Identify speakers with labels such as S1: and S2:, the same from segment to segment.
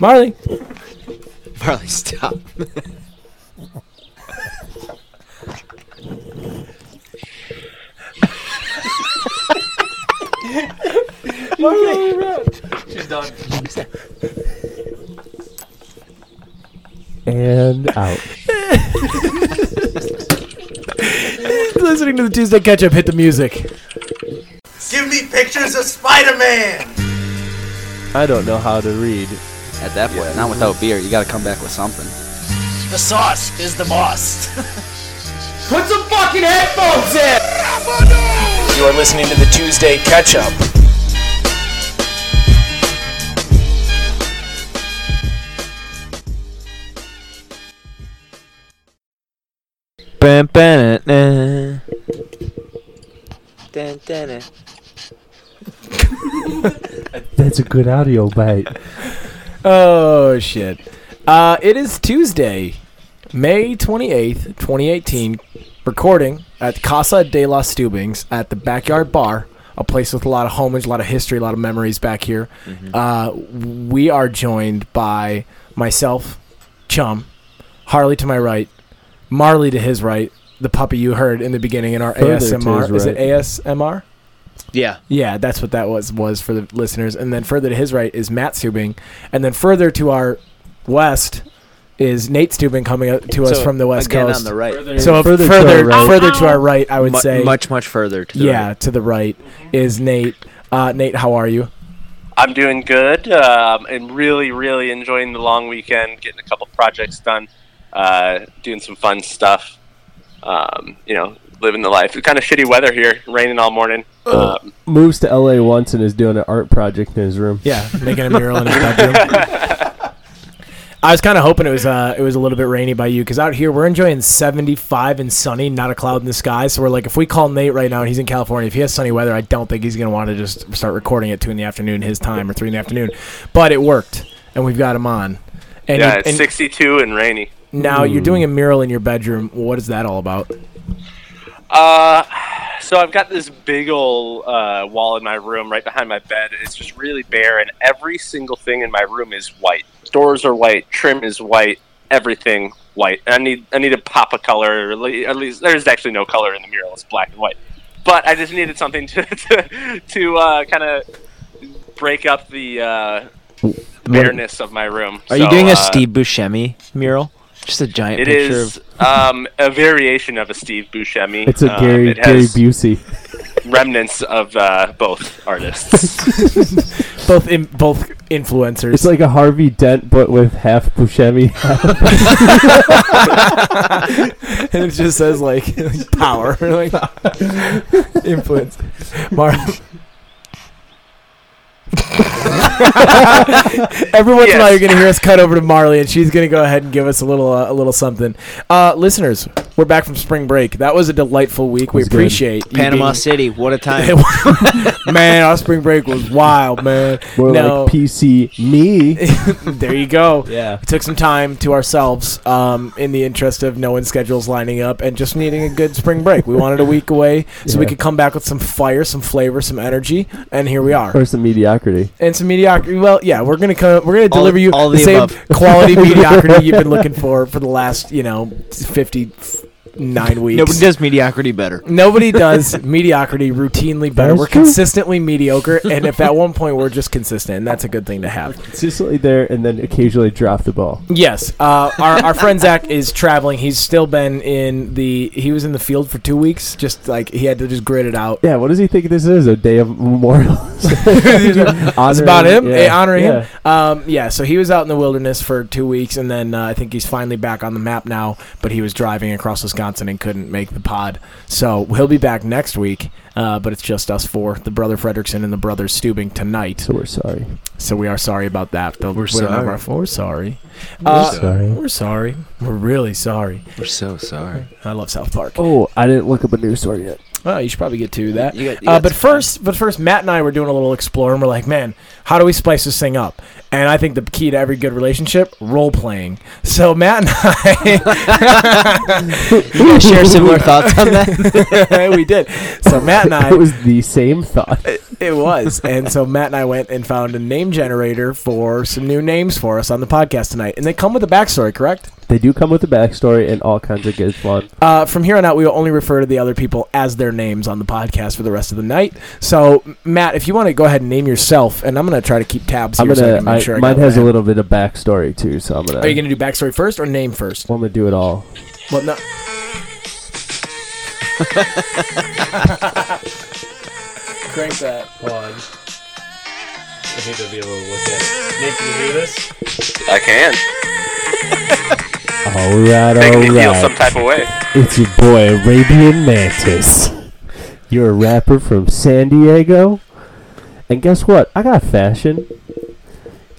S1: Marley.
S2: Marley, stop.
S3: She's done.
S4: And out.
S1: Listening to the Tuesday catch up, hit the music.
S5: Give me pictures of Spider-Man.
S4: I don't know how to read.
S2: At that point, not without beer. You got to come back with something.
S5: The sauce is the boss.
S1: Put some fucking headphones in!
S3: You are listening to the Tuesday catch up.
S4: Bam, bam, nah. That's a good audio bite.
S1: Oh, shit. Uh, it is Tuesday, May 28th, 2018. Recording at Casa de las Stubings at the Backyard Bar, a place with a lot of homage, a lot of history, a lot of memories back here. Uh, we are joined by myself, Chum, Harley to my right, Marley to his right, the puppy you heard in the beginning in our
S4: Further to
S1: ASMR.
S4: his
S1: Is it
S4: right.
S1: ASMR?
S2: Yeah.
S1: Yeah, that's what that was was for the listeners. And then further to his right is Matt Stubing, and then further to our west is Nate Stubing coming up to us from the west
S2: again
S1: coast.
S2: on the right.
S1: so if further
S4: Further to our
S1: further,
S4: right.
S1: to our right, I would
S2: Mu-
S1: say
S2: much much further. To the
S1: yeah
S2: right.
S1: to the right is Nate. Uh, Nate, how are you?
S6: I'm doing good. Um, I'm really, really enjoying the long weekend, getting a couple projects done, uh, doing some fun stuff. Um, you know, living the life. Kind of shitty weather here, raining all morning. Um,
S4: Moves to LA once and is doing an art project in his room.
S1: Yeah, making a mural in his bedroom. I was kind of hoping it was uh, it was a little bit rainy by you because out here we're enjoying 75 and sunny, not a cloud in the sky. So we're like, if we call Nate right now and he's in California, if he has sunny weather, I don't think he's gonna want to just start recording at two in the afternoon his time or three in the afternoon. But it worked, and we've got him on. And,
S6: yeah,
S1: you-
S6: it's
S1: and
S6: 62 and rainy.
S1: now you're doing a mural in your bedroom. What is that all about?
S6: Uh, so I've got this big old uh, wall in my room right behind my bed. It's just really bare, and every single thing in my room is white. Doors are white, trim is white, everything white. I need I need a pop of color. or le- At least there's actually no color in the mural; it's black and white. But I just needed something to to, to uh, kind of break up the uh, bareness of my room.
S2: Are you doing
S6: a
S2: a Steve Buscemi mural? Just a giant
S6: uh, It
S2: picture
S6: is
S2: of.
S6: um, a variation of a Steve Buscemi.
S4: It's a
S6: Um,
S4: Gary
S6: it
S4: Gary
S6: has-
S4: Busey.
S6: remnants of uh, both artists.
S1: Both in, both influencers.
S4: It's like a Harvey Dent, but with half Buscemi.
S1: and it just says like power, like influence. Mar- Everyone now you're gonna hear us cut over to Marley, and she's gonna go ahead and give us a little uh, a little something. Uh, listeners, we're back from spring break. That was a delightful week. We
S4: was good.
S1: appreciate you
S2: Panama
S1: being-
S2: City, what a time!
S1: man, our spring break was wild, man.
S4: We're
S1: No.
S4: like PC me.
S1: there you go.
S4: Yeah.
S1: We took some time to ourselves um, in the interest of no one's schedules lining up and just needing a good spring break. We wanted a week away so we
S4: Yeah.
S1: could come back with some fire, some flavor, some energy, and here we are.
S4: Or some mediocrity.
S1: And some mediocrity. Well, yeah, we're gonna come, we're gonna
S2: All-
S1: deliver you
S2: all
S1: the,
S2: the
S1: same
S2: above.
S1: quality mediocrity you've been looking for for the last you know fifty nine weeks.
S2: Nobody does mediocrity better.
S1: Nobody does mediocrity routinely better.
S4: That's
S1: We're
S4: true.
S1: consistently mediocre, and if at one point we're just consistent, and that's a good thing to have.
S4: Consistently there and then occasionally drop the ball.
S1: Yes, uh, our our friend Zach is traveling. He's still been in the. He was in the field for two weeks. Just like he had to just grit it out.
S4: Yeah, what does he think this is? A day of memorials?
S1: It's
S4: That's
S1: about him eh, honoring him. Um, yeah, so he was out in the wilderness for two weeks, and then uh, I think he's finally back on the map now. But he was driving across Wisconsin and couldn't make the pod, so he'll be back next week. Uh, but it's just us four, the brother Fredrickson and the brother Stubing tonight.
S4: So we're sorry.
S1: So we are sorry about that. The-
S2: We're
S1: we don't have our-
S2: sorry.
S1: We're sorry.
S4: We're
S1: Uh,
S4: sorry.
S1: we're sorry. We're really sorry.
S2: We're so sorry.
S1: I love South Park.
S4: Oh, I didn't look up a news story yet.
S1: Well, you should probably get to that.
S2: You got- you
S1: uh,
S2: got
S1: but
S2: some
S1: first, but first, Matt and I were doing a little exploring. We're like, man, how do we spice this thing up? And I think the key to every good relationship, role playing. So Matt and I,
S2: You guys share similar thoughts on that?
S1: we did. So Matt and I,
S4: It was the same thought.
S1: It was. And so Matt and I went and found a name generator for some new names for us on the podcast tonight. And they come with a backstory, correct?
S4: They do come with a backstory and all kinds of good fun.
S1: Uh, from here on out, we will only refer to the other people as their names on the podcast for the rest of the night. So, M- Matt, if you want to go ahead and name yourself, and I'm going to try to keep tabs
S4: I'm
S1: here so I
S4: gonna.
S1: can
S4: I,
S1: make sure I
S4: mine
S1: got
S4: has
S1: that.
S4: a little bit of backstory too, so I'm gonna.
S1: Are you going to do backstory first or name first?
S4: I'm gonna do it all.
S1: Well, no. Crank that.
S7: One. I think that'd be a little look at it. Nate, can you hear this?
S6: I can.
S4: All right,
S6: Make me
S4: all
S6: feel some
S4: right.
S6: type of way.
S4: It's your boy Arabian Mantis. You're a rapper from San Diego, and guess what? I got fashion.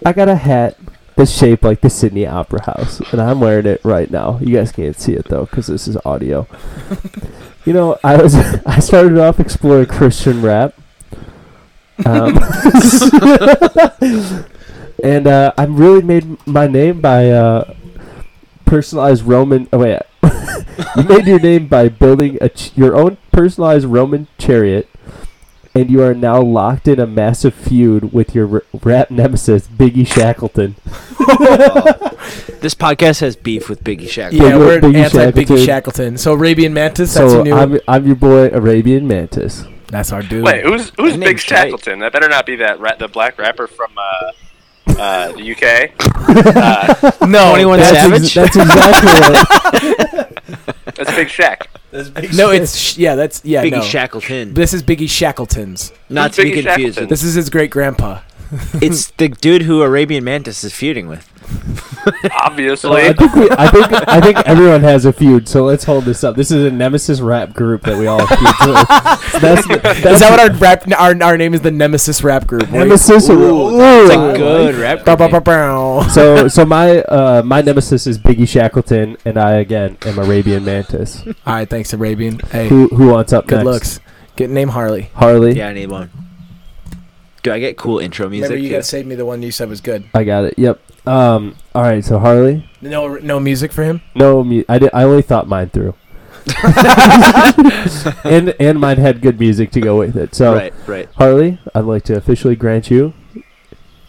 S4: I got a hat that's shaped like the Sydney Opera House, and I'm wearing it right now. You guys can't see it though, because this is audio. you know, I was I started off exploring Christian rap. Um, and uh, I really made my name by uh, personalized Roman. Oh wait, you made your name by building a ch- your own personalized Roman chariot, and you are now locked in a massive feud with your r- rap nemesis Biggie Shackleton.
S2: this podcast has beef with Biggie Shack.
S1: Yeah,
S4: Biggie-
S1: we're
S4: Biggie
S1: anti Biggie
S4: Shackleton.
S1: Shackleton. So, Arabian Mantis, that's
S4: so
S1: a new.
S4: I'm I'm your boy Arabian Mantis.
S1: that's our dude.
S6: Wait, who's who's
S2: That
S6: Big
S2: name's right.
S6: Shackleton? That better not be that ra- the black rapper from uh, uh, the UK. Uh,
S1: No,
S2: 21
S1: that's-
S2: Savage?
S4: ex- that's exactly what.
S6: that's Big Shack.
S7: That's big
S1: No, it's sh- yeah. That's yeah. no.
S2: Biggie Shackleton.
S1: This is Biggie Shackleton's.
S2: Not
S6: Who's
S2: to be
S6: Biggie
S2: confused
S6: Shackleton?
S2: with.
S1: This is his great grandpa.
S2: It's the dude who Arabian Mantis is feuding with.
S6: Obviously,
S4: Uh, I think we, I think I think everyone has a feud. So let's hold this up. This is a nemesis rap group that we all feud with. That's, that's
S1: Is that what our rap? Our, our name is the Nemesis Rap Group. right?
S4: nemesis? Ooh,
S2: It's
S4: I
S2: a
S4: like
S2: good rap.
S1: Bow, bow,
S2: group
S1: bow,
S2: name.
S1: bow.
S4: So, so my uh, my nemesis is Biggie Shackleton, and I again am Arabian Mantis.
S1: All right, thanks, Arabian. Hey,
S4: Who who wants up
S1: good
S4: next?
S1: looks. Get name Harley.
S4: Harley.
S2: Yeah, I need one. Do I get cool intro music?
S1: Remember, you
S2: too?
S1: guys saved me the one you said was good.
S4: I got it. Yep. Um. All right. So Harley.
S1: No, no music for him.
S4: No, mu- I did. I only thought mine through. and and mine had good music to go with it. So
S2: Right, right.
S4: Harley, I'd like to officially grant you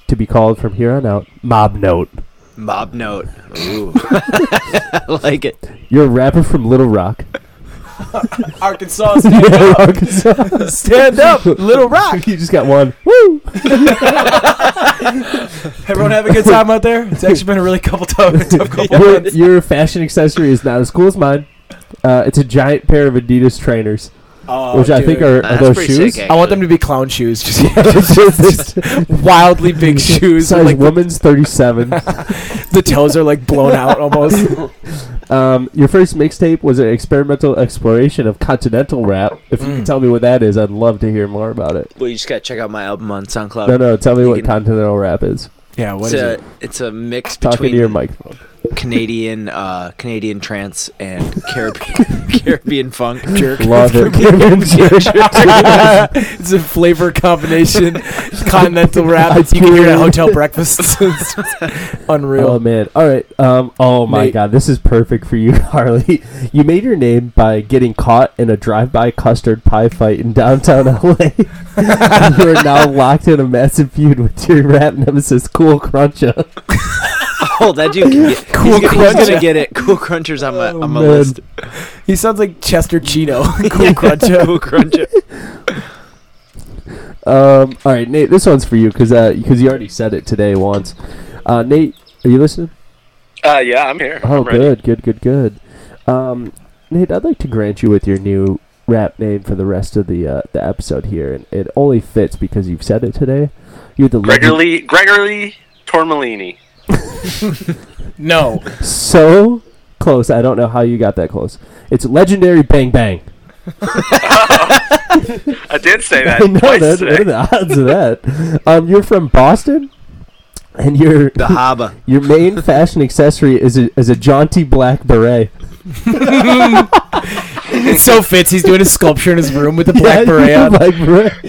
S4: to be called from here on out Mob Note.
S2: Mob note. Ooh. I like it.
S4: You're a rapper from Little Rock.
S1: Arkansas,
S4: Arkansas.
S1: stand up, Little Rock.
S4: you just got one. Woo!
S1: Everyone have a good time out there. It's actually been a really couple tough, tough couple
S4: your,
S1: months.
S4: your fashion accessory is not as cool as mine. Uh, it's a giant pair of Adidas trainers,
S1: Oh,
S4: which I think
S1: dude.
S4: are, are
S2: That's
S4: those
S2: pretty
S4: shoes.
S2: sick. eh?
S1: I want them to be clown shoes. Just, just, just wildly big shoes. with,
S4: Size
S1: like the-
S4: woman's 37.
S1: the toes are like blown out almost.
S4: um, your first mixtape was an experimental exploration of continental rap. If you
S2: Mm.
S4: can tell me what that is, I'd love to hear more about it.
S2: Well, you just gotta check out my album on SoundCloud.
S4: No, no, tell me
S2: You
S4: what
S2: can-
S4: continental rap is.
S1: Yeah, what
S2: It's
S1: is
S2: a,
S1: it?
S2: it's a mix
S4: Talking to your
S2: between
S4: microphone.
S2: Canadian uh, Canadian trance and Caribbean Caribbean funk. Jerk.
S4: Love it.
S1: it's a flavor combination. continental wrap. You can hear it at hotel breakfasts. It's just
S4: Oh
S1: unreal.
S4: man! All right. Um. Oh my
S1: Nate.
S4: God! This is perfect for you, Harley. You made your name by getting caught in a drive-by custard pie fight in downtown LA. And you are now locked in a massive feud with your rap nemesis, Cool Cruncher.
S2: Oh, that dude can get
S1: Cool
S2: cool he's, gonna, he's
S1: Cruncher. Oh,
S2: gonna get it. Cool crunchers on my on my
S4: man.
S2: list.
S1: he sounds like Chester Chino. cool cruncher.
S2: Cool cruncher.
S4: Um. All right, Nate. This one's for you because because you already said it today once. Uh, Nate, are you listening?
S6: uh, yeah, I'm here.
S4: Oh,
S6: I'm ready.
S4: good, good, good, good. Um, Nate, I'd like to grant you with your new rap name for the rest of the uh, the episode here, and it only fits because you've said it today. You're the legend-
S6: Gregory Gregory Tormellini.
S1: No.
S4: so close. I don't know how you got that close. It's legendary bang bang.
S6: I did say that
S4: I know
S6: twice
S4: that. What
S6: today.
S4: are the odds of that? Um, you're from Boston, and your
S2: The Haba.
S4: your main fashion accessory is a, is a jaunty black beret.
S1: It so fits. He's doing a sculpture in his room with the black
S4: Yeah,
S1: beret. on.
S4: Black beret.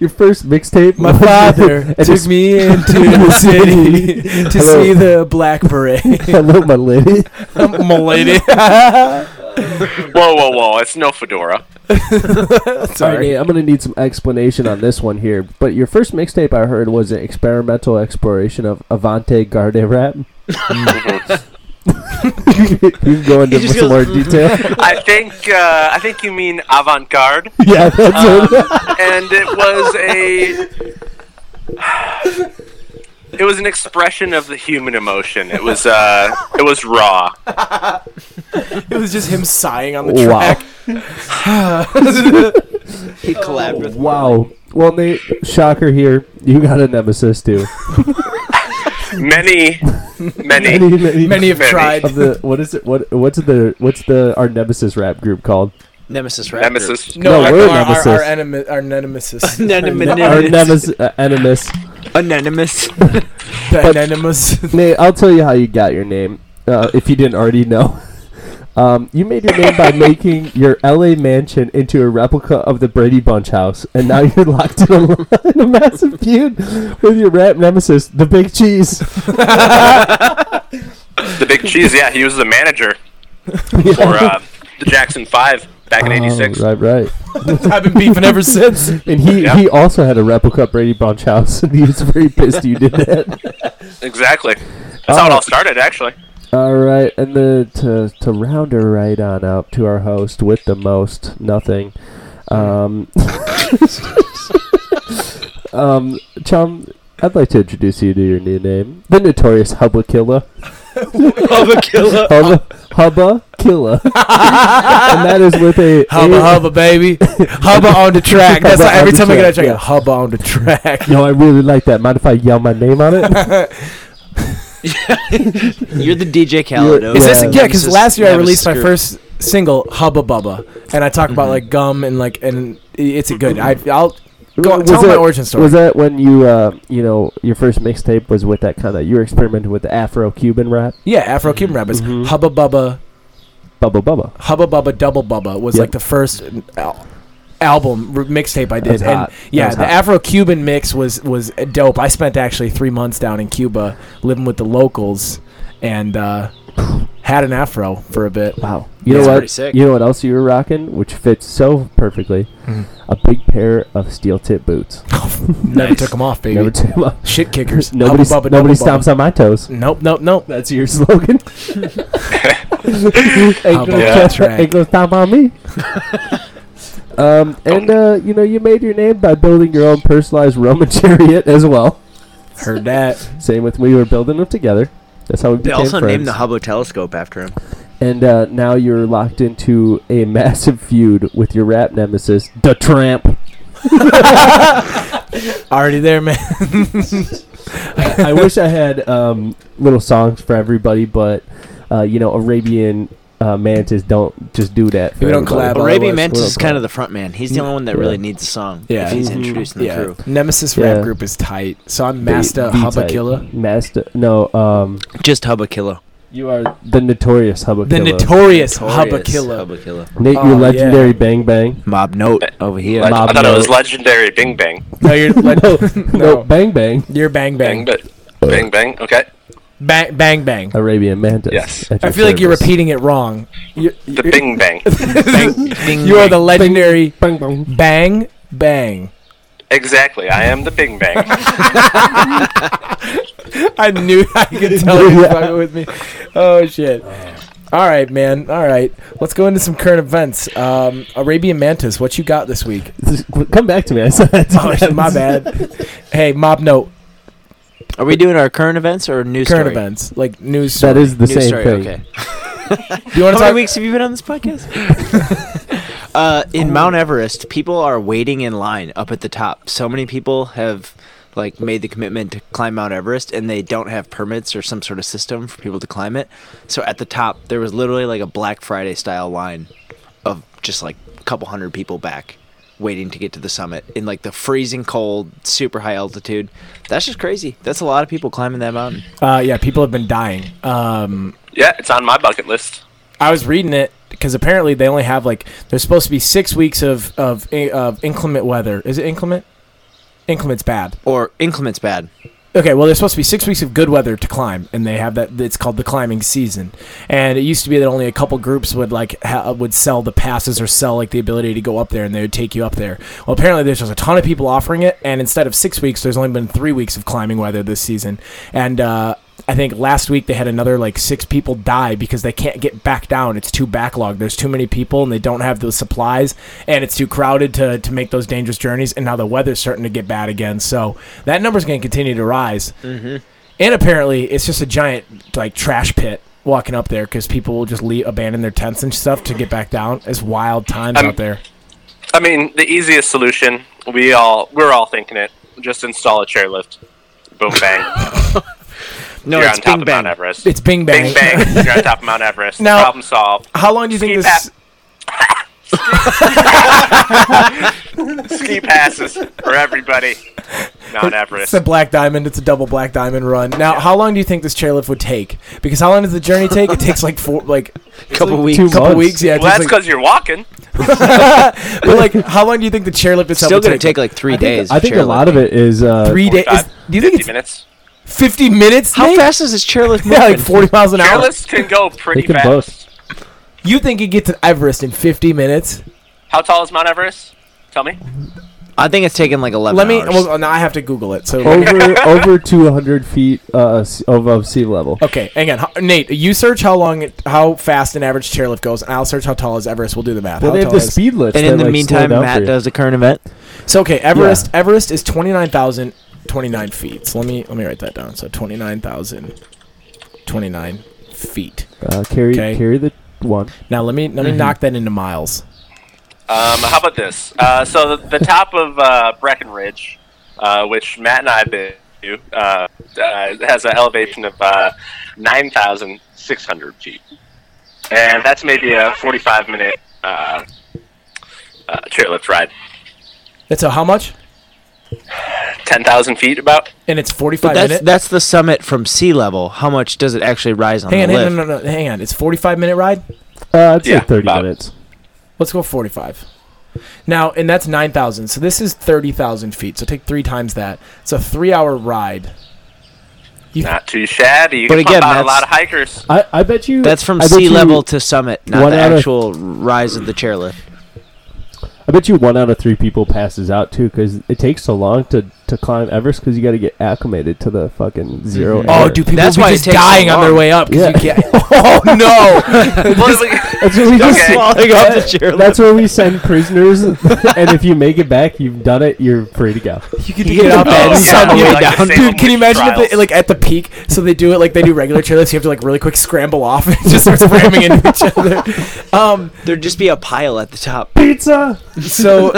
S4: Your first mixtape.
S1: My
S4: was-
S1: father
S4: and
S1: took
S4: just-
S1: me into the city to
S4: Hello.
S1: see the black beret.
S4: Hello, my lady.
S1: Milady.
S6: Whoa, whoa, whoa! It's no fedora.
S4: All right, Nate, I'm gonna need some explanation on this one here. But your first mixtape I heard was an experimental exploration of Avante Garde rap.
S6: Mm-hmm.
S4: you can go into
S2: just
S4: some more
S2: goes,
S4: detail.
S6: I think uh, I think you mean avant-garde,
S4: yeah, that's what.
S6: and it was a it was an expression of the human emotion. It was uh, it was raw.
S1: It was just him sighing on the
S4: Wow.
S1: track.
S2: He collabed with
S1: Oh.
S4: Wow. Well, Nate, shocker here. You got a nemesis too.
S6: Many, many.
S4: Many, many,
S1: Many have
S6: Many.
S1: tried.
S4: of the what is it? What what's the what's the our nemesis rap group called?
S2: Nemesis Rap.
S6: Nemesis.
S1: No,
S4: No,
S1: our,
S4: we're
S1: our, our,
S4: nemesis.
S1: our, enemi- our nemesis.
S4: Our
S2: Anonymous.
S4: nemesis, uh, animus.
S2: Anonymous.
S1: The nemesis.
S4: Nate, I'll tell you how you got your name, uh, if you didn't already know. Um, you made your name by making your LA mansion into a replica of the Brady Bunch house, and now you're locked in a, in a massive feud with your rap nemesis, the Big Cheese.
S6: The big cheese. Yeah, he was the manager for uh, the Jackson Five back in '86.
S4: Oh, right, right.
S1: I've been beefing ever since.
S4: And he,
S6: Yeah.
S4: he also had a replica Brady Bunch house, and he was very pissed you did that.
S6: Exactly. That's
S4: Oh.
S6: how it all started, actually.
S4: All right, and then to, to round her right on up to our host with the most nothing. Um, um, Chum, I'd like to introduce you to your new name, the notorious Hubba Killa.
S2: Hubba Killa.
S1: Oh.
S4: Hubba, Hubba Killa. and that is with a.
S1: Hubba
S4: a-
S1: hubba baby, hubba on the track. That's
S4: Hubba
S1: like every
S4: on the
S1: time I get a
S4: track,
S1: track,
S4: yeah.
S1: hubba on the track.
S4: No, I really like that. Mind if I yell my name on it?
S2: You're the DJ
S4: You're-
S2: Khaled. of
S4: Is
S1: Is
S4: this-
S1: this
S4: Yeah.
S1: yeah? Because
S2: Nemesis-
S1: last year I
S2: Nemesis
S1: released my
S2: group.
S1: first single Hubba Bubba, and I talk about
S4: Mm-hmm.
S1: like gum and like and it's a good. I, I'll go
S4: Was
S1: tell my
S4: that-
S1: origin story.
S4: Was that when you, uh, you know, your first mixtape was with that kind of. You were experimenting with the Afro Cuban rap?
S1: yeah, Afro Cuban rap is
S4: Mm-hmm.
S1: Hubba Bubba,
S4: Bubba Bubba.
S1: Hubba Bubba Double Bubba was
S4: Yep.
S1: like the first al- album r- mixtape I did,
S4: was
S1: and
S4: hot. That
S1: yeah,
S4: was
S1: the
S4: hot.
S1: Afro Cuban mix was was dope. I spent actually three months down in Cuba living with the locals, and uh, had an Afro for a bit.
S4: Wow. You
S2: That's
S4: know
S2: pretty
S4: what?
S2: sick.
S4: You know what else you were rocking, which fits so perfectly?
S2: Mm-hmm.
S4: A big pair of steel tip boots.
S1: Never took them off, baby.
S4: Never too much.
S1: Shit kickers.
S4: Nobody,
S1: Hubba Bubba
S4: nobody
S1: Double Bubba.
S4: stomps on my
S2: Mm.
S4: toes.
S1: Nope, nope, nope.
S4: That's your slogan. ain't gonna,
S1: about
S4: touch-
S1: that?
S4: ain't gonna stomp on me. um, and uh, you know, you made your name by building your own personalized Roman chariot as well.
S1: Heard that.
S4: Same with we were building them together. That's how we
S2: They
S4: became
S2: also
S4: friends.
S2: named the Hubble telescope after him.
S4: and uh, now you're locked into a massive feud with your rap nemesis, the Tramp.
S1: Already there, man.
S4: I wish I had um, little songs for everybody, but uh, you know, Arabian uh, Mantis don't just do that. For
S1: We don't
S4: everybody.
S1: collab Well,
S2: Arabian
S1: otherwise,
S2: Mantis
S4: well,
S2: is kind of the front man. He's the only one that
S4: Yeah.
S2: really needs a song.
S1: Yeah.
S2: If he's
S1: Mhm.
S2: introducing the
S1: yeah.
S2: crew.
S1: Nemesis
S4: Yeah.
S1: rap group is tight. So I'm Master
S4: The- the
S1: Hubba
S4: type.
S1: Killer.
S4: Master, no, um,
S2: Just Hubba Killa.
S4: you are the notorious Hubba
S1: The
S4: Killa.
S1: notorious Hubba
S2: Notorious
S1: Killer.
S2: Hubba Killa.
S4: Nate,
S1: Oh,
S4: your
S1: yeah.
S4: legendary Bang Bang.
S2: Mob Note over here.
S6: Leg-
S4: Mob
S6: I thought it was
S4: note.
S6: legendary. Bing bang.
S1: No, you're like,
S4: No, no,
S1: No.
S4: Bang Bang.
S1: you're bang
S6: Bang,
S1: bang.
S6: but bang bang. Okay.
S1: Bang bang bang.
S4: Arabian Mantis.
S6: Yes.
S4: at
S1: I
S4: your
S1: feel like you're
S4: service.
S1: repeating it wrong. You're,
S6: The Bing bang.
S1: you are the legendary
S4: Bang Bang.
S1: bang bang.
S6: Exactly. I am the Bing bang.
S1: I knew I could tell you were fucking with me. Oh shit. All right, man. All right. Let's go into some current events. Um, Arabian Mantis, what you got this week?
S4: Come back to me. I said that.
S1: Oh, shit, my bad. Hey, mob note.
S2: Are we doing our current events or news
S1: Current
S2: story?
S1: events, like news.
S4: That
S1: Story.
S4: is the
S2: News
S4: same
S2: story,
S4: thing.
S2: okay.
S1: Do you want to talk?
S2: How many weeks have you been on this podcast? uh, in Mount Everest, people are waiting in line up at the top. So many people have like made the commitment to climb Mount Everest, and they don't have permits or some sort of system for people to climb it. So at the top, there was literally like a Black Friday style line of just like a couple hundred people back waiting to get to the summit in like the freezing cold, super high altitude. That's just crazy. That's a lot of people climbing that mountain.
S1: Uh, yeah, people have been dying. Um,
S6: yeah, it's on my bucket list.
S1: I was reading it because apparently they only have like there's supposed to be six weeks of of, i- of inclement weather. Is it inclement? Inclement's bad.
S2: Or inclement's bad.
S1: Okay, well, there's supposed to be six weeks of good weather to climb, and they have that. It's called the climbing season, and it used to be that only a couple groups would like ha- would sell the passes or sell like the ability to go up there, and they would take you up there. Well, apparently there's just a ton of people offering it, and instead of six weeks, there's only been three weeks of climbing weather this season, and uh, I think last week they had another like six people die because they can't get back down. It's too backlogged. There's too many people and they don't have those supplies and it's too crowded to, to make those dangerous journeys. And now the weather's starting to get bad again. So that number's going to continue to rise. Mm-hmm. And apparently it's just a giant like trash pit walking up there because people will just leave, abandon their tents and stuff to get back down. It's wild times
S6: I'm-
S1: out there.
S6: I mean, the easiest solution we all we're all thinking it. Just install a chairlift. Boom bang.
S2: No,
S6: You're on
S2: it's
S6: top
S2: Bing
S6: of
S2: Bang.
S6: Mount Everest.
S1: It's Bing Bang.
S6: Bing bang. You're on top of Mount Everest.
S1: Now-
S6: Problem solved.
S1: How long do you think
S6: Ski
S1: this?
S6: Ski passes for everybody. Mount
S1: It's
S6: Everest.
S1: a black diamond. It's a double black diamond run. Now, how long do you think this chairlift would take? Because how long does the journey take? It takes like four, like
S2: A couple
S4: like
S2: weeks.
S4: two
S1: couple
S4: months.
S1: weeks. Yeah, it
S6: Well, that's
S1: takes like,
S6: because you're walking.
S1: but like, how long do you think the chairlift itself
S2: Still
S1: would
S2: gonna
S1: take?
S2: take like three days.
S4: I think a lot of it is uh,
S1: Three days.
S6: Forty-five,
S1: Do you think
S6: 50
S1: it's
S6: minutes.
S1: fifty minutes?
S2: How
S1: Nate?
S2: fast is this chairlift moving?
S1: Yeah, like forty miles an hour.
S6: Chairlifts can go
S4: They
S6: pretty
S4: can
S6: fast.
S4: both.
S1: You think you get to Everest in fifty minutes?
S6: How tall is Mount Everest? Tell me.
S2: I think it's taking like eleven.
S1: Let me.
S2: hours.
S1: Well, now I have to Google it. So.
S4: over over 200 feet uh, s- above sea level.
S1: Okay, hang on, How- Nate. You search how long, it- how fast an average chairlift goes, and I'll search how tall is Everest. We'll do the math.
S4: Well,
S1: How
S4: they have
S1: tall
S4: the
S1: is-
S4: speed limit.
S2: and in the meantime, Matt does the current event.
S1: So okay, Everest. Everest is twenty nine thousand twenty nine feet. So let me let me write that down. So twenty nine thousand twenty nine feet.
S4: Uh, carry
S1: Okay.
S4: carry the one.
S1: Now let me let me
S2: Mm-hmm.
S1: knock that into miles.
S6: Um, how about this? Uh, so the, the top of uh, Breckenridge, uh, which Matt and I have been to, uh, uh, has an elevation of uh, 9,600 feet. And that's maybe a 45-minute uh, uh, chairlift ride.
S1: That's a how much?
S6: 10,000 feet, about.
S1: And it's forty
S2: But
S1: five
S2: that's
S1: minute.
S2: that's the summit from sea level. How much does it actually rise on
S1: hang on,
S2: the
S1: hang
S2: lift?
S1: on, no, no, no, hang on. It's forty five minute ride.
S4: Uh, I'd say
S6: Yeah,
S4: 30
S6: about.
S4: minutes.
S1: Let's go forty five. Now and that's nine thousand. So this is thirty thousand feet. So take three times that. It's a three hour ride.
S6: Not too shabby. You
S2: But
S6: can
S2: again,
S6: pump out a
S2: that's-
S6: lot of hikers.
S4: I, I bet you
S2: That's from
S4: I bet
S2: sea
S4: you-
S2: level to summit, not
S4: one
S2: the
S4: out of-
S2: actual rise of the chairlift.
S4: I bet you one out of three people passes out too, because it takes so long to, to climb Everest, because you got to get acclimated to the fucking 0
S1: Oh,
S4: hour.
S1: do people
S2: That's
S1: be
S2: why it
S1: just
S2: takes so
S1: dying on their
S2: long.
S1: way up? 'cause
S4: Yeah.
S1: You can't. Oh no!
S4: That's what we just
S6: Okay.
S2: Falling off the chairlift.
S4: That's where we send prisoners, and if you make it back, you've done it. You're free to go.
S1: You could get up
S2: Oh,
S1: and
S2: yeah.
S1: some
S2: Yeah,
S1: way
S2: like
S1: down.
S6: the Salem
S1: Dude, can you
S6: witch
S1: imagine if they,
S6: trials.
S1: like at the peak? So they do it like they do regular chairlifts. You have to like really quick scramble off and it just starts ramming into each other. Um,
S2: There'd just be a pile at the top.
S4: Pizza.
S1: so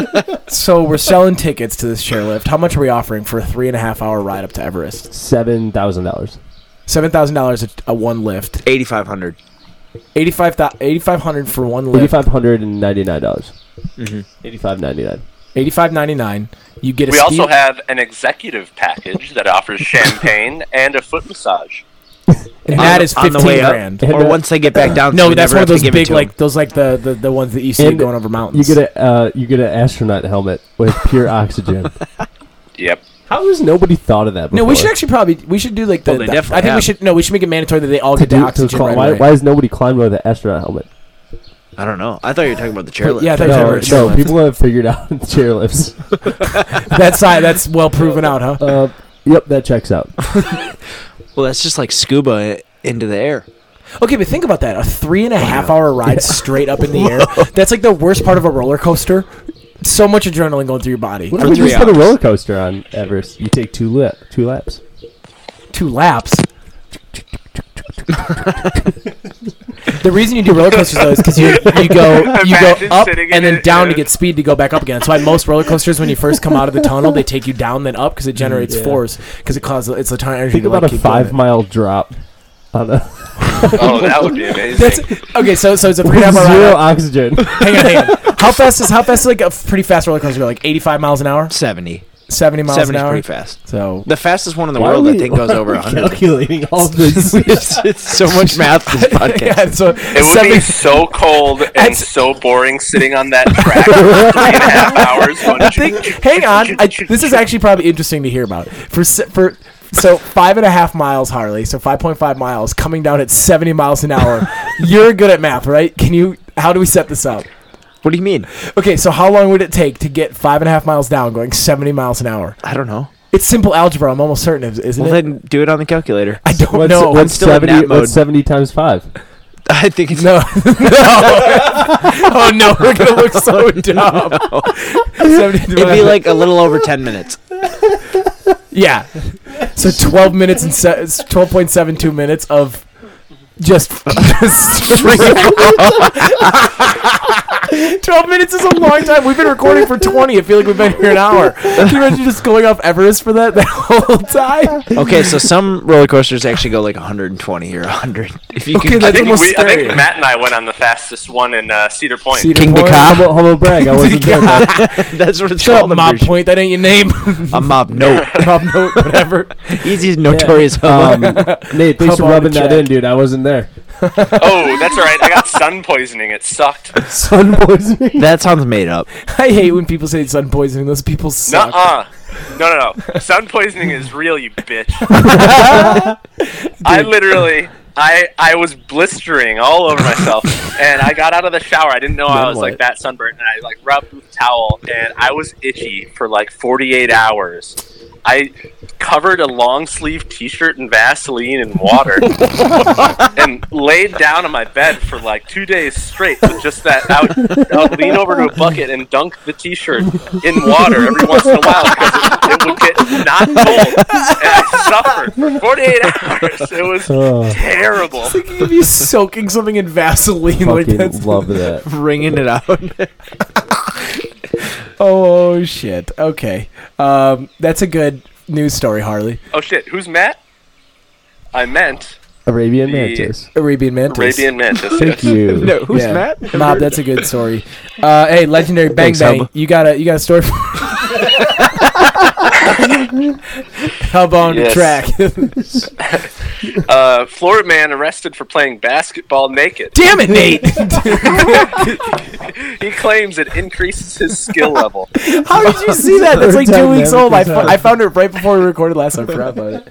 S1: so we're selling tickets to this chairlift. How much are we offering for a three and a half hour ride up to Everest?
S4: Seven thousand dollars.
S1: Seven thousand dollars a one lift.
S2: Eighty five hundred.
S1: Eighty five eighty five hundred for one
S4: Eighty
S1: lift.
S4: five hundred and ninety nine dollars. Mm-hmm. five ninety nine.
S1: Eighty five ninety nine. You get a
S6: We
S1: ski-
S6: also have an executive package that offers champagne and a foot massage.
S1: and that
S2: On-
S1: is
S2: on the
S1: fifteen
S2: way up.
S1: grand.
S4: And,
S2: Or
S4: uh,
S2: once they get back down, so
S1: No,
S2: we
S1: that's one
S2: never have
S1: of
S2: to
S1: those
S2: give it
S1: big
S2: to 'em.
S1: like those like the, the, the ones that you see
S4: And
S1: going over
S4: You
S1: mountains.
S4: get a uh, you get an astronaut helmet with pure oxygen.
S6: Yep.
S4: How has nobody thought of that? Before?
S1: No, we should actually probably we should do like the.
S2: Well, they
S1: the-
S2: definitely
S1: I think we
S2: have.
S1: should no, we should make it mandatory that they all get
S4: do,
S1: the
S4: to
S1: oxygen.
S4: call-
S1: right
S4: why,
S1: away.
S4: why has nobody climbed with an astronaut helmet?
S2: I don't know. I thought you were talking about the chairlift.
S1: Yeah, I thought you were
S4: No,
S1: talking about
S4: no,
S1: chairlift.
S4: people have figured out chairlifts.
S1: that's si- that's well proven out, huh?
S4: Uh, yep, that checks out.
S2: well, that's just like scuba i- into the air.
S1: Okay, but think about that: a three and a half hour ride straight up in the air. That's like the worst part of a roller coaster. So much adrenaline going through your body.
S4: What if we
S2: three
S4: just put a
S2: hours.
S4: roller coaster on Everest? You take two lap, two laps.
S1: Two laps. the reason you do roller coasters though is because you you go you go
S6: Imagine
S1: up
S6: sitting
S1: and
S6: in
S1: then
S6: it,
S1: down
S6: yeah.
S1: to get speed to go back up again. That's why most roller coasters, when you first come out of the tunnel, they take you down then up because it generates
S4: Mm, yeah.
S1: force because it causes it's a ton of energy.
S4: Think
S1: to,
S4: about
S1: like,
S4: a
S1: keep going.
S4: five mile drop on a
S6: Oh, that would be amazing.
S1: That's okay. So so it's a three and a half hour
S4: zero
S1: ride.
S4: oxygen.
S1: Hang on, hang on. How fast is how fast is like a pretty fast roller coaster? Go like eighty five miles an hour,
S2: Seventy.
S1: 70 miles an
S2: Seventy's
S1: hour.
S2: pretty fast.
S1: So
S2: The fastest one in the
S4: Why
S2: world,
S4: are
S2: I
S4: we-
S2: think, goes
S4: why are
S2: over
S4: we
S2: 100.
S4: Calculating all this.
S2: it's, it's so much math this podcast.
S1: yeah, so
S6: It would be
S1: 70
S6: so cold and
S1: That's-
S6: so boring sitting on that track for three and a half hours.
S1: I
S6: wouldn't you?
S1: think. Hang on, I, this is actually probably interesting to hear about. For se- for so five and a half miles, Harley. So five point five miles coming down at seventy miles an hour. You're good at math, right? Can you? How do we set this up?
S2: What do you mean?
S1: Okay, so how long would it take to get five and a half miles down, going seventy miles an hour?
S2: I don't know.
S1: It's simple algebra. I'm almost certain, of, isn't
S2: Well,
S1: it?
S2: then do it on the calculator.
S1: I don't
S4: What's,
S1: know.
S4: what's
S2: still in
S4: 70,
S2: nap mode.
S4: what's 70 times 5?
S2: I think it's
S1: No, no. oh no, we're gonna look so dumb. 70
S2: It'd be like a little over 10 minutes.
S1: Yeah. So 12 minutes and se- it's 12.72 minutes of just. just free- 12 minutes is a long time. We've been recording for 20. I feel like we've been here an hour. Can you imagine just going off Everest for that that whole time?
S2: Okay, so some roller coasters actually go like 120 or 100. If you
S1: Okay,
S2: can,
S1: like-
S6: I think,
S1: almost
S6: we, I think
S1: scary.
S6: Matt and I went on the fastest one in uh, Cedar Point.
S1: Cedar
S2: King the
S1: Point.
S2: Cow?
S4: Humble, humble brag. I wasn't there. bud.
S2: that's what it's
S1: Shut up,
S2: called. I'm
S1: Mob
S2: pretty sure.
S1: Point. That ain't your name.
S2: A mob, no.
S1: Mob Note, whatever.
S2: Easy, notorious
S4: Um,
S2: hub.
S4: Nate, thanks for
S1: Humble
S4: rubbing that
S1: check.
S4: in, dude. I wasn't there.
S6: Oh, that's all right. I got sun poisoning. It sucked.
S4: Sun poisoning.
S2: that sounds made up.
S1: I hate when people say sun poisoning. Those people suck.
S6: Nuh-uh. No, no, no. Sun poisoning is real, you bitch. I literally, I, I was blistering all over myself, and I got out of the shower. I didn't know I
S1: Then
S6: was
S1: what?
S6: like that sunburned, and I like rubbed with a towel, and I was itchy for like 48 hours. I covered a long sleeve T-shirt in Vaseline and water, and laid down on my bed for like two days straight with just that. I would, I would lean over to a bucket and dunk the T-shirt in water every once in a while because it, it would get not cold, and I suffered for 48 hours. It was
S4: Oh,
S6: terrible.
S1: It's like you'd be soaking something in Vaseline. Like that's
S4: fucking love that.
S2: Ringing it out.
S1: Oh shit. Okay. Um, that's a good news story, Harley.
S6: Oh shit, who's Matt? I meant
S4: Arabian
S6: The-
S4: Mantis.
S1: Arabian Mantis.
S6: Arabian Mantis.
S4: Thank you.
S2: no, who's
S1: Yeah.
S2: Matt?
S1: Mob, that's a good story. Uh, hey, legendary Bang
S2: Thanks,
S1: Bang,
S2: Hub.
S1: you got a you got a story for Hub on
S6: Yes.
S1: track.
S6: Uh, Florida man arrested for playing basketball naked.
S1: Damn it, Nate!
S6: He claims it increases his skill level.
S1: How did you see that? That's like
S4: Third
S1: two
S4: time
S1: weeks
S4: never
S1: old. I,
S4: comes
S1: fo-
S4: out.
S1: I found it right before we recorded last. time. I forgot about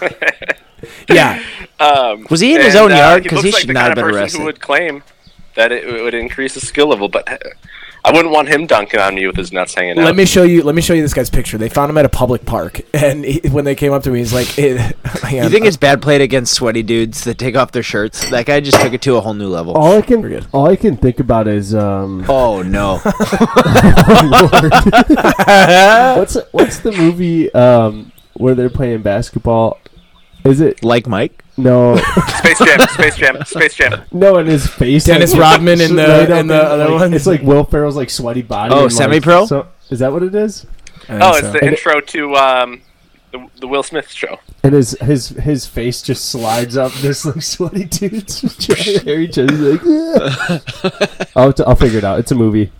S1: it. Yeah,
S6: Um,
S2: Was he in his
S6: and,
S2: own
S6: uh,
S2: yard? Because
S6: looks
S2: he,
S6: like
S2: should
S6: the
S2: not
S6: kind
S2: have
S6: of
S2: been
S6: person
S2: arrested.
S6: Who would claim that it would increase his skill level? But uh, I wouldn't want him dunking on me with his nuts hanging out.
S1: Let me show you. Let me show you this guy's picture. They found him at a public park, and he, when they came up to me, he's like, eh, hang on.
S2: You think it's bad played against sweaty dudes that take off their shirts? That guy just took it to a whole new level.
S4: All I can, all I can think about is um,
S2: Oh no!
S4: what's what's the movie um where they're playing basketball? Is it
S2: like Mike?
S4: no,
S6: Space Jam, Space Jam, Space Jam.
S4: no in his face?
S1: Dennis
S4: like,
S1: Rodman and the-
S4: right up
S1: and the
S4: in,
S1: other
S4: like,
S1: one?
S4: It's like Will Ferrell's like sweaty body.
S2: Oh,
S4: and, like,
S2: semi-pro?
S4: So is that what it is?
S6: Oh, it's the intro to um, the, the Will Smith show.
S4: And his his his face just slides up. This like sweaty dude's trying to air each other. He's like, "Ugh." I'll, t- I'll figure it out. It's a movie.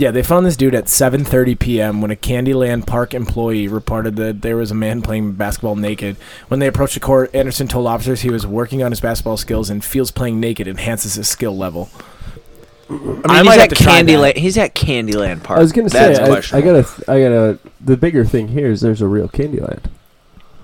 S1: Yeah, they found this dude at 7:30 p.m. when a Candyland Park employee reported that there was a man playing basketball naked. When they approached the court, Anderson told officers he was working on his basketball skills and feels playing naked enhances his skill level. I
S2: I
S1: might
S2: mean, he's
S1: have
S2: at
S1: to try
S2: Candyland. He's at Candyland Park.
S4: I was gonna say
S2: That's
S4: I, I
S2: questionable.
S4: gotta I gotta the bigger thing here is there's a real Candyland.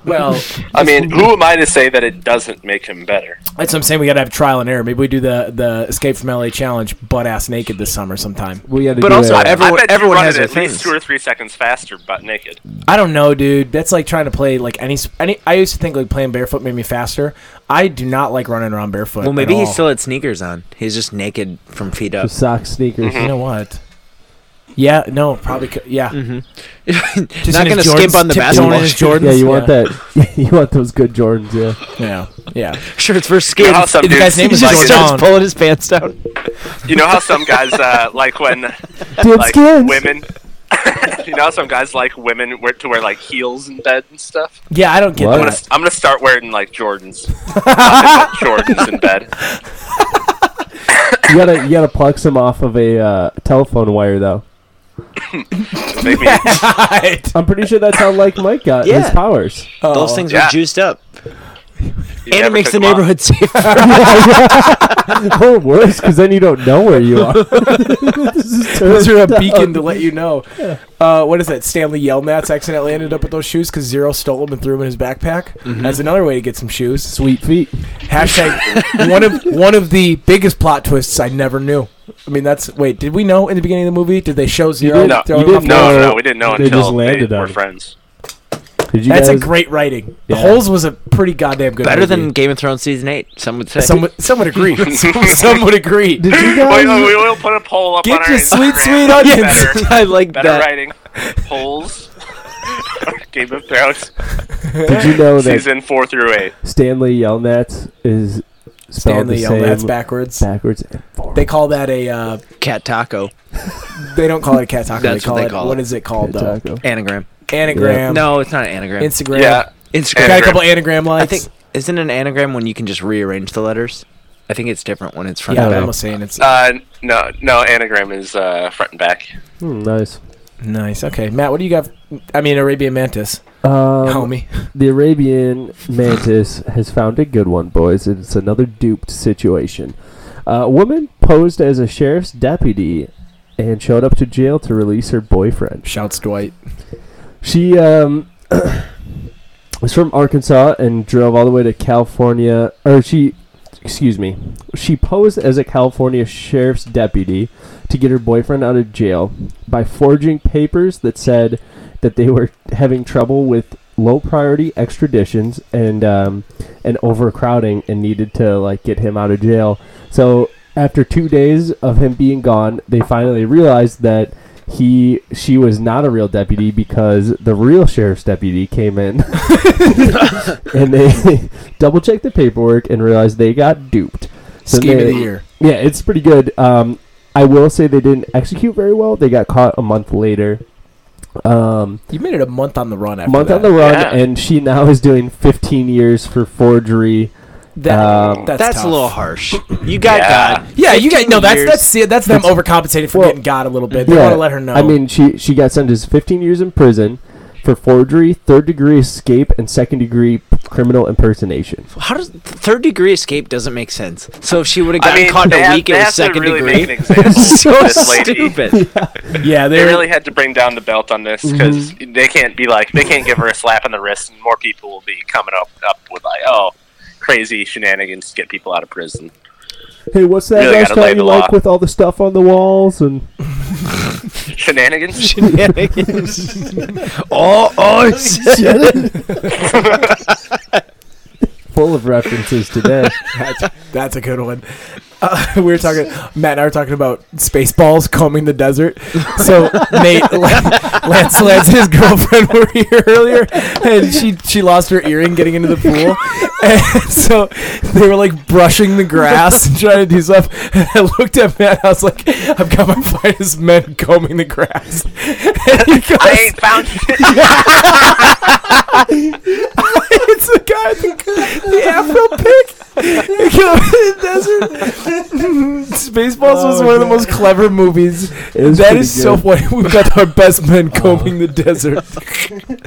S1: Well,
S6: I mean, who am I to say that it doesn't make him better?
S1: that's what I'm saying. We gotta have trial and error. Maybe we do the the Escape from LA challenge butt ass naked this summer sometime.
S4: We had to
S2: But
S4: do
S2: also
S4: a-
S2: every- Everyone-
S6: I bet you
S2: everyone
S6: run
S2: has
S6: it
S2: their
S6: at least
S2: things.
S6: two or three seconds faster, butt naked.
S1: I don't know, dude. That's like trying to play like any any. I used to think like playing barefoot made me faster. I do not like running around barefoot.
S2: well,
S1: at
S2: maybe he
S1: all.
S2: still had sneakers on. He's just naked from feet up.
S4: Just socks, sneakers.
S2: Mm-hmm.
S1: You know what? Yeah, no, probably. Could, yeah, Just
S2: not
S1: in
S2: gonna
S1: his
S2: skimp
S1: Jordans,
S2: on the
S1: tiptoeing
S2: basketball.
S1: in his Jordans.
S4: Yeah, you want that? You want those good Jordans? Yeah.
S1: Yeah, yeah.
S2: Shirts for
S6: You
S2: skin.
S6: know how some
S1: the guy's
S6: dudes,
S1: name
S2: He
S1: is
S2: just
S1: Jordan.
S2: starts pulling his pants down.
S6: you know how some guys uh, like when
S4: Dude,
S6: like
S4: skins.
S6: women. you know, how some guys like women wear to wear like heels in bed and stuff.
S1: Yeah, I don't get
S4: What?
S6: I'm gonna,
S1: that.
S6: I'm gonna start wearing like Jordans. Nothing but Jordans in bed.
S4: You gotta you gotta pluck some off of a uh, telephone wire though.
S6: Make me,
S1: Right.
S4: I'm pretty sure that's how like Mike got his
S2: Yeah.
S4: powers.
S1: Oh.
S2: Those things
S6: Oh, Yeah.
S2: are juiced up,
S6: you
S2: and
S6: never
S2: it makes the
S6: took 'em off.
S2: neighborhood safer.
S4: or worse, because then you don't know where you are. this is
S1: Those are a
S4: terrible.
S1: beacon to let you know. Uh, what is that? Stanley Yelnats accidentally ended up with those shoes because Zero stole them and threw them in his backpack. That's another way to get some shoes.
S4: Sweet feet.
S1: Hashtag one of one of the biggest plot twists I never knew. I mean, that's wait. Did we know in the beginning of the movie? Did they show Zero?
S4: did-
S6: No,
S1: throw
S4: you
S1: him
S4: did
S1: off the-
S4: know.
S6: no, no, no, we didn't know
S4: They
S6: until
S4: just landed
S6: they
S4: on
S6: were
S4: it.
S6: friends.
S4: Did you
S1: That's
S4: guys,
S1: a great writing. The
S4: Yeah.
S1: Holes was a pretty goddamn good.
S2: Better than
S1: movie.
S2: Game of Thrones season eight. Some would say.
S1: some. would- Some would agree. some, some would agree.
S4: Did you guys?
S6: Wait, oh, we will put a poll up
S1: Get
S6: on our
S1: your
S6: Instagram.
S1: sweet, sweet
S6: Better-
S1: onions.
S2: I like
S6: Better
S2: that.
S6: writing. Polls. Game of Thrones
S4: Did you know that
S6: season four through eight.
S4: Stanley Yelnats is spelled
S1: Stanley
S4: the same
S1: Yelnats backwards.
S4: backwards and forwards?
S1: They call that a. Uh,
S2: Cat taco
S1: they don't call it a cat taco.
S2: That's
S1: they call
S2: what they
S1: it.
S2: call
S1: What
S2: it.
S1: is it called
S4: Good
S1: though?
S4: taco.
S2: anagram.
S1: Anagram.
S2: No, it's not an anagram.
S1: Instagram.
S6: Yeah,
S2: Instagram.
S1: Got a couple anagram lines.
S2: I think isn't an anagram when you can just rearrange the letters. I think it's different when it's front
S1: Yeah,
S2: and
S1: I'm
S2: back.
S1: almost saying it's
S6: uh, no, no. Anagram is uh, front and back.
S4: Hmm, nice.
S1: nice. Okay, Matt, what do you got? I mean, Arabian Mantis,
S4: Um,
S1: homie.
S4: the Arabian mantis has found a good one, boys. It's another duped situation. Uh, a woman posed as a sheriff's deputy and showed up to jail to release her boyfriend.
S1: Shouts Dwight.
S4: She um, was from Arkansas and drove all the way to California. Or she, excuse me, she posed as a California sheriff's deputy to get her boyfriend out of jail by forging papers that said that they were having trouble with low priority extraditions and um, and overcrowding and needed to like get him out of jail. So after two days of him being gone, they finally realized that he she was not a real deputy because the real sheriff's deputy came in and they double checked the paperwork and realized they got duped. So
S1: Scheme of
S4: they-
S1: the year.
S4: yeah, it's pretty good. Um, I will say they didn't execute very well. They got caught a month later. Um,
S1: You made it a month on the run. After
S4: month
S1: that.
S4: on the run,
S6: Yeah.
S4: and she now is doing 15 years for forgery.
S1: That,
S4: um,
S1: that's,
S2: That's
S1: tough.
S2: a little harsh. You got
S6: Yeah.
S2: God.
S1: Yeah, you got
S2: 15
S1: no. That's
S2: years.
S1: that's see, that's them overcompensating for
S4: Well,
S1: getting God a little bit. They
S4: Yeah,
S1: want to let her know.
S4: I mean, she she got sentenced 15 years in prison for forgery, third degree escape, and second degree p- criminal impersonation.
S2: How does third degree escape doesn't make sense? So if she would have
S6: I
S2: gotten
S6: mean,
S2: caught in
S6: they
S2: a
S6: have-
S2: week,
S6: they
S2: it
S6: have
S2: was
S6: to
S2: second
S6: really
S2: degree.
S6: make an example of
S2: so
S6: this lady.
S2: stupid.
S1: yeah,
S6: They
S1: they're
S6: really had to bring down the belt on this because
S1: Mm-hmm.
S6: they can't be like they can't give her a slap on the wrist, and more people will be coming up up with like, oh, crazy shenanigans to get people out of prison.
S4: Hey, what's that
S6: Really gotta lay
S4: restaurant you
S6: the
S4: like
S6: law.
S4: with all the stuff on the walls? And
S6: Shenanigans.
S2: oh, oh, shit.
S4: full of references today.
S1: that's, that's a good one. Uh, we were talking, Matt and I were talking about Spaceballs combing the desert. So Nate, Lance, Lance, his girlfriend were here earlier, and she she lost her earring getting into the pool, and so they were like brushing the grass and trying to do stuff. And I looked at Matt, I was like, I've got my finest men combing the grass. And he goes,
S6: I ain't found shit.
S1: it's the guy, the, the Afro pick. He goes in the desert. Spaceballs was one of the most clever movies.
S4: Oh, was
S1: That
S4: pretty Oh.
S1: is so funny. We've got our best men combing the desert.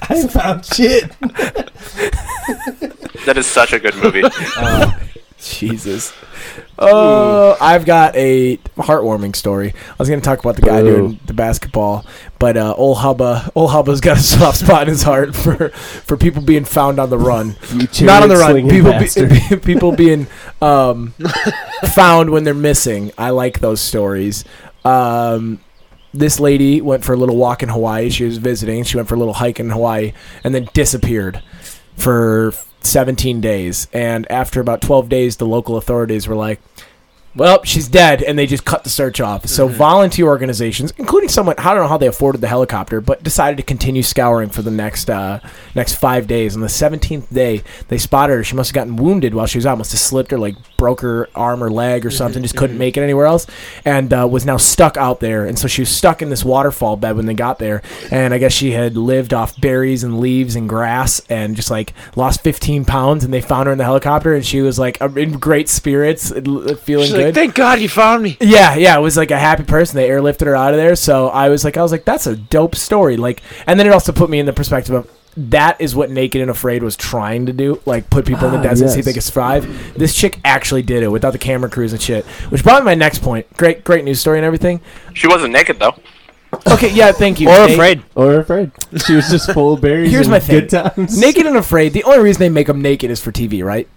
S7: I found shit.
S6: That is such a good movie.
S1: Jesus. Oh, I've got a heartwarming story. I was going to talk about the guy
S4: Boo.
S1: doing the basketball, but uh, old Hubba, old Hubba's got a soft spot in his heart for for people being found on the run. not on the run.
S4: chariot-slinging
S1: People, be,
S4: bastard.
S1: people being um, found when they're missing. I like those stories. Um, this lady went for a little walk in Hawaii. She was visiting. She went for a little hike in Hawaii and then disappeared for 17 days. And after about 12 days, the local authorities were like, well, she's dead, and they just cut the search off. So volunteer organizations, including someone, I don't know how they afforded the helicopter, but decided to continue scouring for the next uh, next five days. On the seventeenth day, they spotted her. She must have gotten wounded while she was out. Must have slipped or like broke her arm or leg or something. Just couldn't make it anywhere else, and uh, was now stuck out there. And so she was stuck in this waterfall bed when they got there. And I guess she had lived off berries and leaves and grass, and just like lost fifteen pounds. And they found her in the helicopter, and she was like in great spirits, feeling
S2: She's
S1: good.
S2: like,
S1: good.
S2: Thank God you found me.
S1: Yeah, yeah, it was like a happy person. They airlifted her out of there, so I was like, I was like, that's a dope story. Like, and then it also put me in the perspective of that is what Naked and Afraid was trying to do, like put people in the
S4: Ah,
S1: desert, see if they could
S4: yes.
S1: survive. This chick actually did it without the camera crews and shit, which brought me to my next point. Great, great news story and everything.
S6: She wasn't naked though.
S1: Okay, yeah, thank you.
S2: Or
S1: Na-
S2: afraid.
S4: Or afraid. She was just full of berries.
S1: Here's
S4: and
S1: my thing.
S4: Good times.
S1: Naked and Afraid. The only reason they make them naked is for TV, right?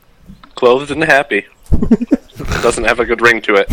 S6: Clothed and happy. Doesn't have a good ring to it.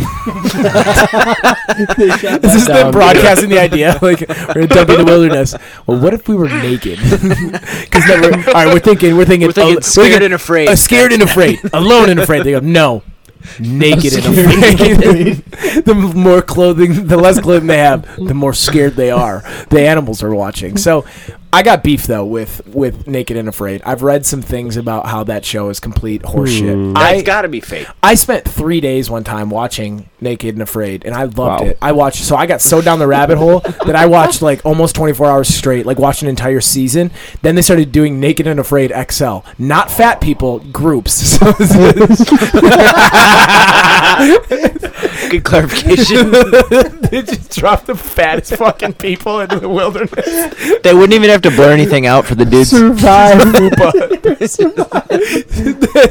S1: This is them
S4: Down.
S1: um, broadcasting the idea. Like we're in Dumpy the Wilderness. Well, what if we were naked? Because we're all right. We're thinking. We're thinking.
S2: We're thinking
S1: al-
S2: scared and afraid.
S1: uh, scared and afraid. Alone and afraid. They go no. Naked and
S4: Scared and
S1: afraid. the more clothing, the less clothing they have, the more scared they are. The animals are watching. So, I got beef though with with Naked and Afraid. I've read some things about how that show is complete horseshit.
S2: That's
S1: I
S2: got to be fake.
S1: I spent three days one time watching Naked and Afraid, and I loved
S4: Wow.
S1: it. I watched, so I got so down the rabbit hole that I watched like almost 24 hours straight, like watched an entire season. Then they started doing Naked and Afraid XL, not fat people groups. So
S2: Good clarification.
S1: they just dropped the fattest fucking people into the wilderness.
S2: they wouldn't even have to blur anything out for the dudes.
S4: Survive.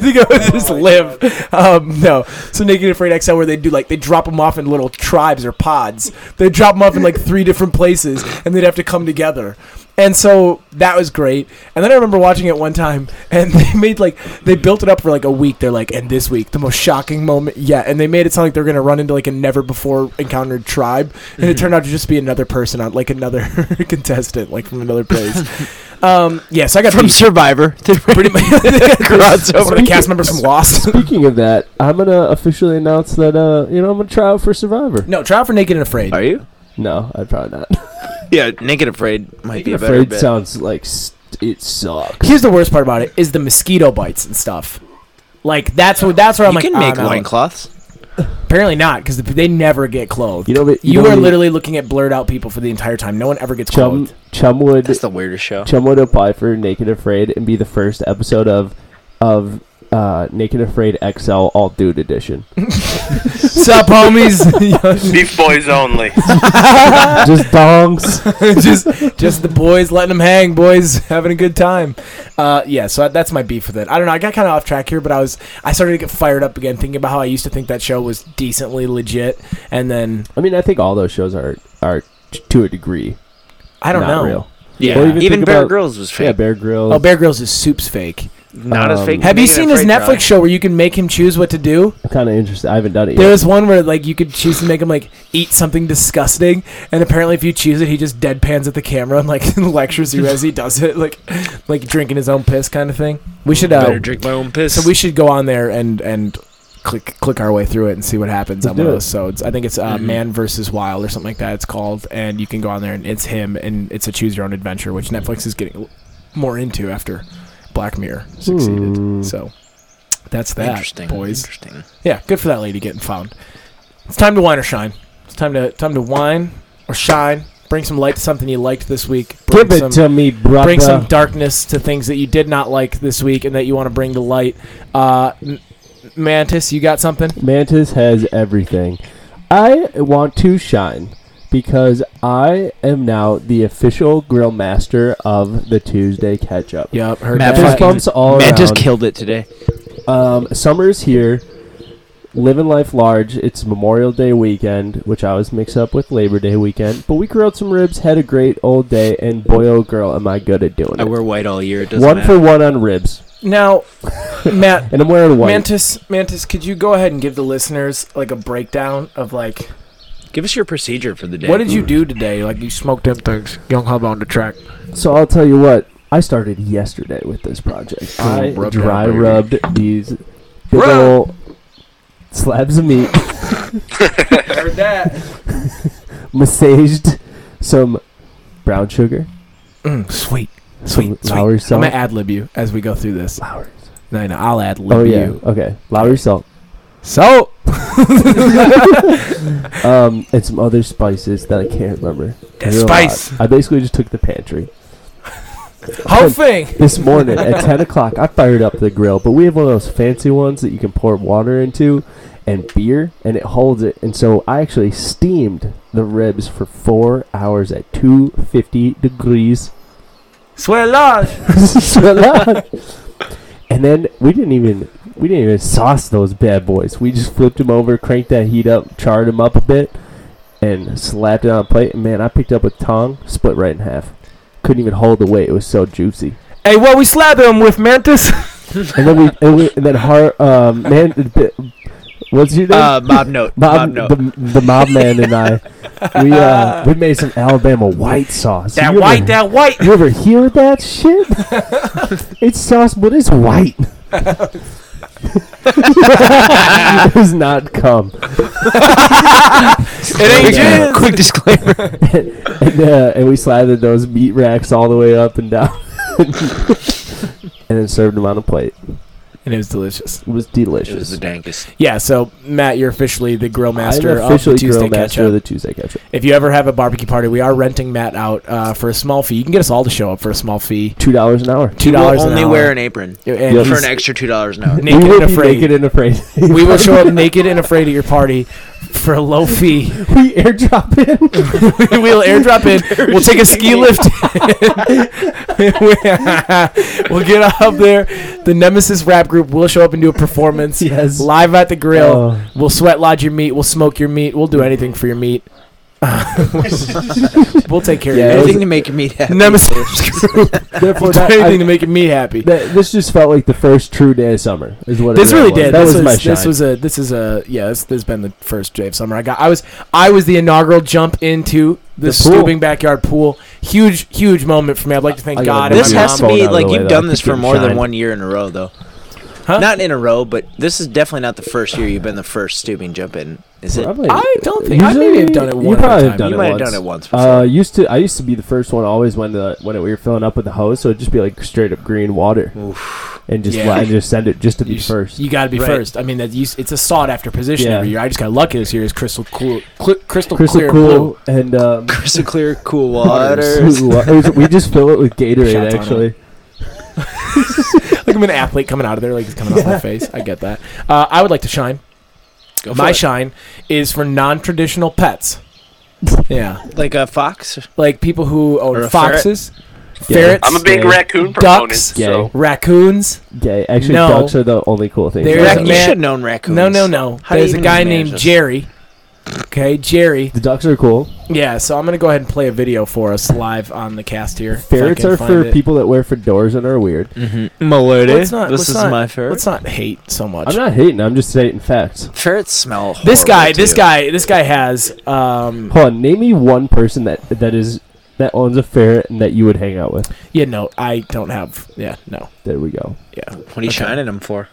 S1: they go just live. Um, no, so Naked and Afraid XL, where they do like they drop them off in little tribes or pods. They drop them off in like three different places, and they'd have to come together. And so that was great. And then I remember watching it one time, and they made like they built it up for like a week. They're like, and this week the most shocking moment yet. And they made it sound like they're gonna run into like a never before encountered tribe, and it turned out to just be another person on like another contestant, like from another place. um, yeah, so I got
S2: From
S1: beat
S2: Survivor.
S1: pretty much crossover. One of the cast members from Lost.
S4: Speaking of that, I'm gonna officially announce that uh, you know, I'm gonna try out for Survivor.
S1: No, try out for Naked and Afraid.
S2: Are you?
S4: No, I'd probably not.
S2: Yeah, Naked Afraid might be a better
S4: Afraid
S2: bet.
S4: sounds like st- it sucks.
S1: Here's the worst part about it is the mosquito bites and stuff. Like that's what that's where I'm
S2: you
S1: like.
S2: can
S1: "Ah,
S2: make
S1: no."
S2: loincloths.
S1: Apparently not because they never get clothed.
S4: You know, that- you
S1: you
S4: know
S1: are
S4: that-
S1: literally looking at blurred out people for the entire time. No one ever gets
S4: Chum
S1: clothed.
S4: Chum would
S2: That's the weirdest show.
S4: Chum would apply for Naked Afraid and be the first episode of of uh, Naked Afraid XL All Dude Edition.
S1: Sup, homies?
S6: Beef boys only.
S4: Just dongs.
S1: just, just the boys letting them hang, boys having a good time. Uh, yeah, so that's my beef with it. I don't know. I got kind of off track here, but I was I started to get fired up again, thinking about how I used to think that show was decently legit, and then
S4: I mean, I think all those shows are are t- to a degree.
S1: I don't
S4: not
S1: know.
S4: Real.
S2: Yeah.
S4: Or
S2: Even,
S4: think
S2: Bear
S4: about-
S2: Grylls was fake.
S4: Yeah, Bear Grylls.
S1: Oh, Bear Grylls is soup's fake.
S2: Not as
S4: Um,
S2: fake. as
S1: Have you
S2: Naked
S1: seen his
S2: Afraid,
S1: Netflix
S2: Johnny.
S1: show where you can make him choose what to do?
S4: I'm kind of interested. I haven't done it
S1: There
S4: yet.
S1: was one where like you could choose to make him like eat something disgusting, and apparently if you choose it, he just deadpans at the camera and like lectures you as he does it, like like drinking his own piss kind of thing. We should uh,
S2: Better drink my own piss.
S1: so we should go on there and and click click our way through it and see what happens on
S4: do Mm-hmm.
S1: one of
S4: it.
S1: those. So it's, I think it's uh, Man versus Wild or something like that. It's called, and you can go on there and it's him and it's a choose your own adventure, which Netflix is getting l- more into after Black Mirror succeeded.
S4: Hmm.
S1: So that's that,
S2: Interesting.
S1: boys.
S2: Interesting.
S1: Yeah, good for that lady getting found. It's time to wine or shine. It's time to time to wine or shine. Bring some light to something you liked this week. Bring
S4: Give it
S1: some,
S4: to me, brother.
S1: bring some darkness to things that you did not like this week and that you want to bring to light. Uh, M- Mantis, you got something?
S4: Mantis has everything. I want to shine because I am now the official grill master of the Tuesday catch up.
S1: Yep, heard
S2: Matt
S4: Fist
S2: fucking-
S4: bumps all
S2: Man just
S4: around.
S2: killed it today.
S4: Um, summer's here. Living life large. It's Memorial Day weekend, which I always mix up with Labor Day weekend. But we grilled some ribs, had a great old day, and boy, oh girl, am I good at doing
S2: I
S4: it.
S2: wear white all year. It doesn't
S4: One
S2: matter.
S4: for one on ribs,
S1: Now, Matt,
S4: and I'm wearing white.
S1: Mantis, Mantis, could you go ahead and give the listeners like a breakdown of like
S2: Give us your procedure for the day.
S1: what did you do today? Like you smoked them things, young hub on the track.
S4: So I'll tell you what. I started yesterday with this project. I
S1: Oh, rub that,
S4: dry
S1: baby.
S4: rubbed these big
S1: Rub.
S4: ol' slabs of meat,
S1: Heard that.
S4: massaged some brown sugar,
S1: Mm, sweet,
S4: some
S1: sweet, sweet.
S4: Lowry
S1: I'm
S4: salt.
S1: gonna ad lib you as we go through this.
S4: Lowry's.
S1: No, no, I'll ad lib
S4: Oh yeah.
S1: you.
S4: Okay. Lowry salt.
S1: So
S4: Um, and some other spices that I can't remember.
S1: That
S4: There were a lot.
S1: spice.
S4: I basically just took the pantry.
S1: whole thing.
S4: This morning at 10 o'clock, I fired up the grill, but we have one of those fancy ones that you can pour water into, and beer, and it holds it. And so I actually steamed the ribs for four hours at 250 degrees.
S1: Swear lodge.
S4: and then we didn't even we didn't even sauce those bad boys. We just flipped them over, cranked that heat up, charred them up a bit, and slapped it on a plate. And man, I picked up a tongue, split right in half. Couldn't even hold the weight. It was so juicy.
S1: Hey, what we slap him with, Mantis?
S4: And then we and, we, and then Har um man, what's your name?
S2: Uh, mob note. Mob,
S4: Mob,
S2: note.
S4: the, the mob man and I, we uh, we made some Alabama white sauce.
S1: That
S4: You
S1: white,
S4: ever-
S1: that white.
S4: You ever hear that shit? it's sauce, but it's white. it was not cum.
S1: It ain't jizz.
S2: Quick- Quick disclaimer.
S4: And, uh, and we slathered those meat racks all the way up and down, and then served them on a plate.
S1: And it was delicious.
S4: It was
S2: It was
S4: delicious.
S2: the dankest.
S1: Yeah, so Matt, you're officially the grill master
S4: I'm officially
S1: of the Tuesday
S4: grill master of
S1: Ketchup.
S4: the Tuesday ketchup.
S1: If you ever have a barbecue party, we are renting Matt out uh, for a small fee. You can get us all to show up for a small fee.
S4: Two dollars an hour.
S1: Two
S2: You
S1: dollars an
S2: only
S1: hour.
S2: wear an apron
S1: and
S4: Yep.
S2: for
S1: he's
S2: an extra two dollars an hour.
S1: naked
S4: we will
S1: and
S4: be
S1: afraid.
S4: naked and afraid.
S1: we will show up naked and afraid at your party for a low fee.
S4: we airdrop in.
S1: we'll airdrop in. We'll take a ski lift. we'll get up there. The Nemesis rap group will show up and do a performance.
S4: Yes.
S1: Live at the grill.
S4: Oh.
S1: We'll sweat lodge your meat. We'll smoke your meat. We'll do anything for your meat. we'll take care
S4: Yeah,
S1: of you.
S4: it
S2: Anything to make me happy.
S1: Nemesis group.
S4: Therefore,
S1: We'll do
S4: that,
S1: anything to
S4: I,
S1: make me happy.
S4: that, this just felt like the first true day of summer. Is what
S1: This
S4: it
S1: really
S4: was.
S1: did.
S4: That
S1: this
S4: was my shine.
S1: This was a. This is a. Yeah. This, this has been the first day of summer. I got. I was. I was the inaugural jump into the,
S4: The pool.
S1: Stubing backyard pool. Huge, huge moment for me. I'd like to thank
S4: I gotta
S1: God. and
S2: This
S4: I'm
S1: my
S2: has
S1: mom.
S2: to
S4: phone
S2: be
S4: out of
S2: like
S4: the way,
S2: you've
S4: though.
S2: done
S4: I
S2: this
S4: think
S2: for
S4: it
S2: more
S4: shined.
S2: than one year in a row, though.
S1: Huh?
S2: Not in a row, but this is definitely not the first year you've been the first stooping jump in. Is it?
S4: Probably-
S1: I don't think- I maybe have done it
S4: You
S1: one
S4: probably
S1: other
S4: have
S1: time.
S4: done
S2: you
S4: it
S2: might
S4: once.
S2: have done it once before.
S4: Uh, used to I used to be the first one always when the when we were filling up with the hose, so it'd just be like straight up green water, and just
S1: Yeah.
S4: and just send it just to be
S1: You,
S4: first.
S1: got to be
S2: Right.
S1: first. I mean, that you, s- it's a sought after position
S4: Yeah.
S1: every year. I just got lucky this year. Is crystal cool, cl- crystal,
S4: Crystal
S1: clear blue.
S4: cool and um,
S2: crystal clear, cool
S4: it
S2: water.
S4: was- it was- we just fill it with Gatorade
S1: Shots on
S4: actually.
S1: Like I'm an athlete coming out of there, like it's coming off my face. I get that. Uh, I would like to shine.
S2: Go for
S1: my
S2: it.
S1: shine is for non-traditional pets. Yeah,
S2: like a fox.
S1: like people who
S2: Or
S1: own
S2: a ferret.
S1: foxes,
S4: Yeah.
S1: ferrets.
S6: I'm a big
S4: Gay.
S6: raccoon
S1: Ducks.
S6: proponent.
S4: Gay.
S6: So
S1: raccoons.
S4: Gay, actually,
S1: No.
S4: ducks are the only cool thing.
S1: There is
S4: about
S2: Rac-
S1: a
S4: them.
S2: you
S1: man-
S2: should have known raccoons.
S1: No, no, no.
S2: How do you
S1: There's a
S2: even
S1: guy
S2: manage
S1: named
S2: this?
S1: Jerry. Okay, Jerry.
S4: the ducks are cool.
S1: Yeah, so I'm gonna go ahead and play a video for us live on the cast here. if I
S4: Ferrets
S1: can
S4: are
S1: find
S4: for
S1: it.
S4: people that wear fedoras and are weird.
S2: Milady.
S1: Let's not-
S2: Mm-hmm. this
S1: let's
S2: is
S1: not-
S2: my ferret.
S1: Let's not hate so much.
S4: I'm not hating. I'm just stating facts.
S2: Ferrets smell.
S1: this
S2: horrible,
S1: guy, this
S2: too.
S1: guy, this guy has. Um,
S4: Hold on, name me one person that that is that owns a ferret and that you would hang out with.
S1: yeah, no, I don't have. Yeah, no,
S4: There we go.
S1: yeah,
S2: What are you shining him for?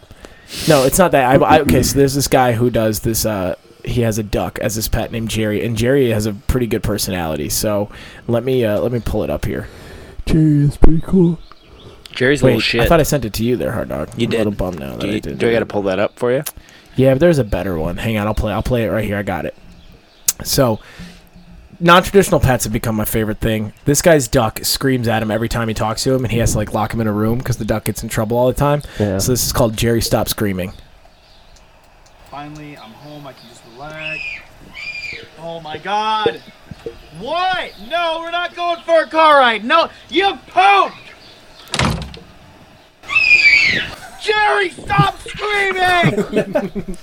S1: no. It's not that. I, I okay. So there's this guy who does this. Uh, he has a duck as his pet named Jerry, and Jerry has a pretty good personality. So let me uh, let me pull it up here.
S4: Jerry is pretty cool.
S2: Jerry's
S1: Wait, I thought I sent it to you there, Hard Dog.
S2: You
S1: I'm
S2: did.
S1: A little bummed now.
S2: do,
S1: That I
S2: you,
S1: did.
S2: do I got to pull that up for you?
S1: Yeah, but there's a better one. Hang on, I'll play. I'll play it right here. I got it. So, non-traditional pets have become my favorite thing. This guy's duck screams at him every time he talks to him, and he has to like lock him in a room because the duck gets in trouble all the time.
S4: Yeah.
S1: So this is called Jerry Stop Screaming.
S8: Finally, I'm home. I can just relax. Oh my god! What? No, we're not going for a car ride. No, you pooped! Jerry, stop screaming!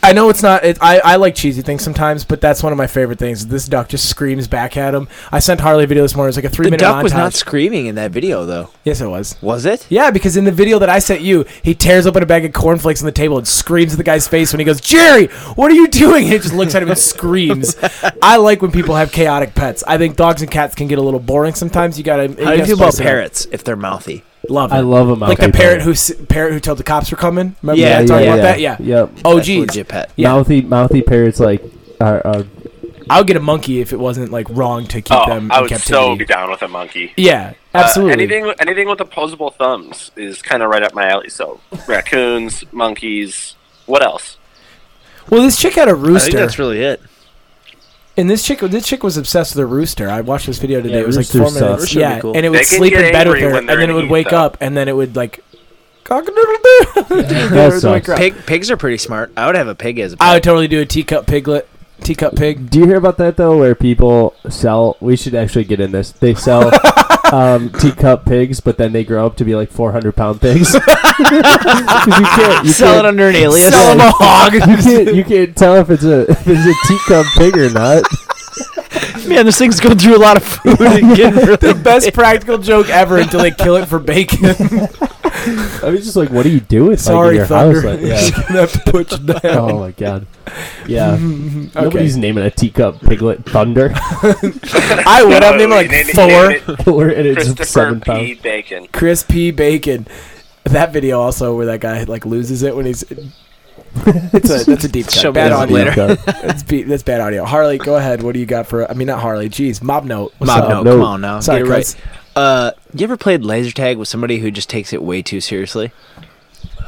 S1: I know it's not. It, I I like cheesy things sometimes, but that's one of my favorite things. This duck just screams back at him. I sent Harley a video this morning. It was like a
S2: The
S1: three-minute
S2: duck
S1: montage.
S2: was not screaming in that video, though.
S1: yes, it was.
S2: Was it?
S1: Yeah, because in the video that I sent you, he tears open a bag of cornflakes on the table and screams at the guy's face when he goes, Jerry, what are you doing? And it just looks at him and screams. I like when people have chaotic pets. I think dogs and cats can get a little boring sometimes. You gotta.
S2: How do you
S1: gotta
S2: feel about
S1: spice it up.
S2: parrots if they're mouthy?
S1: Love it.
S4: I love them.
S1: like the parrot who s- parrot who told the cops were coming. Remember
S2: Yeah,
S1: yeah,
S2: yeah,
S1: talking about that? Yeah.
S4: Yep.
S1: Oh
S2: That's
S1: geez,
S2: legit pet.
S1: yeah.
S4: Mouthy, mouthy parrots like are, are
S1: I would get a monkey if it wasn't like wrong to keep
S6: oh,
S1: them
S6: I
S1: in
S6: would
S1: captivity.
S6: so be down with a monkey.
S1: yeah,
S6: Uh,
S1: absolutely.
S6: anything, anything with opposable thumbs is kind of right up my alley. So raccoons, monkeys. What else?
S1: well, this chick had a
S2: I think
S1: rooster.
S2: that's really it.
S1: And this chick, this chick was obsessed with a rooster. I watched this video today.
S4: Yeah,
S1: it was like
S4: rooster
S1: four
S4: stuff.
S1: minutes.
S2: Rooster would be
S1: Yeah,
S2: cool.
S1: and it
S6: They
S1: would
S6: can
S1: sleep
S6: get
S1: in bed with
S6: angry
S1: her,
S6: when
S1: and
S6: they're
S1: then it would
S6: eating
S1: wake
S6: stuff.
S1: up, and then it would like That
S4: sucks.
S2: Pig, pigs are pretty smart. I would have a pig as a
S1: I would
S2: pet.
S1: totally do a teacup piglet, teacup pig.
S4: Do you hear about that though? Where people sell? We should actually get in this. They sell um, teacup pigs, but then they grow up to be like 400 pound pigs. 'Cause you can't, you
S2: Sell it
S4: can't-
S2: under an alias.
S4: Sell 'em
S1: a hog.
S4: You can't, you can't tell if it's a if it's a teacup pig or not.
S2: Man, this thing's going through a lot of food. and getting really
S1: Best practical joke ever until they kill it for bacon.
S4: I mean, just like what do you do with like, in
S1: Sorry,
S4: your
S1: Thunder.
S4: house? Like,
S1: You're
S4: yeah.
S1: gonna have to put you down.
S4: Oh my god. Yeah.
S1: Okay.
S4: Nobody's naming a teacup piglet Thunder,
S1: I would. I'd name it like
S6: Name it-
S1: four.
S6: name it
S4: or and it's
S6: Christopher
S4: seven
S6: P.
S4: pounds.
S6: Bacon.
S1: crispy bacon. That video also where that guy like loses it when he's. it's a, that's a deep
S2: Show
S1: cut.
S2: me
S1: Bad
S2: that
S1: audio.
S2: later.
S1: That's, be, that's bad audio. Harley, go ahead. What do you got for? I mean, not Harley. Jeez, mob note. What's
S2: Mob
S1: up?
S2: note,
S4: no.
S2: come on now.
S1: Sorry,
S2: Get it
S1: Chris.
S2: right. Uh, you ever played laser tag with somebody who just takes it way too seriously?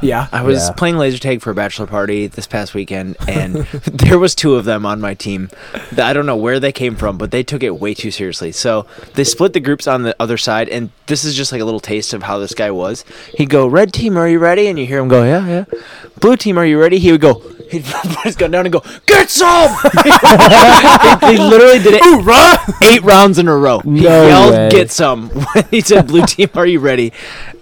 S1: Yeah.
S2: I was
S4: Yeah.
S2: playing laser tag for a bachelor party this past weekend, and there was two of them on my team. Th- I don't know where they came from, but they took it way too seriously. So they split the groups on the other side, and this is just like a little taste of how this guy was. He'd go, "Red team, are you ready?" And you hear him go, "Yeah, yeah." Blue team, are you ready? He would go, he'd put his gun down and go, "Get some!" he, he literally did it eight rounds in a row. He
S4: No
S2: yelled,
S4: way.
S2: "Get some!" when he said, "Blue team, are you ready?"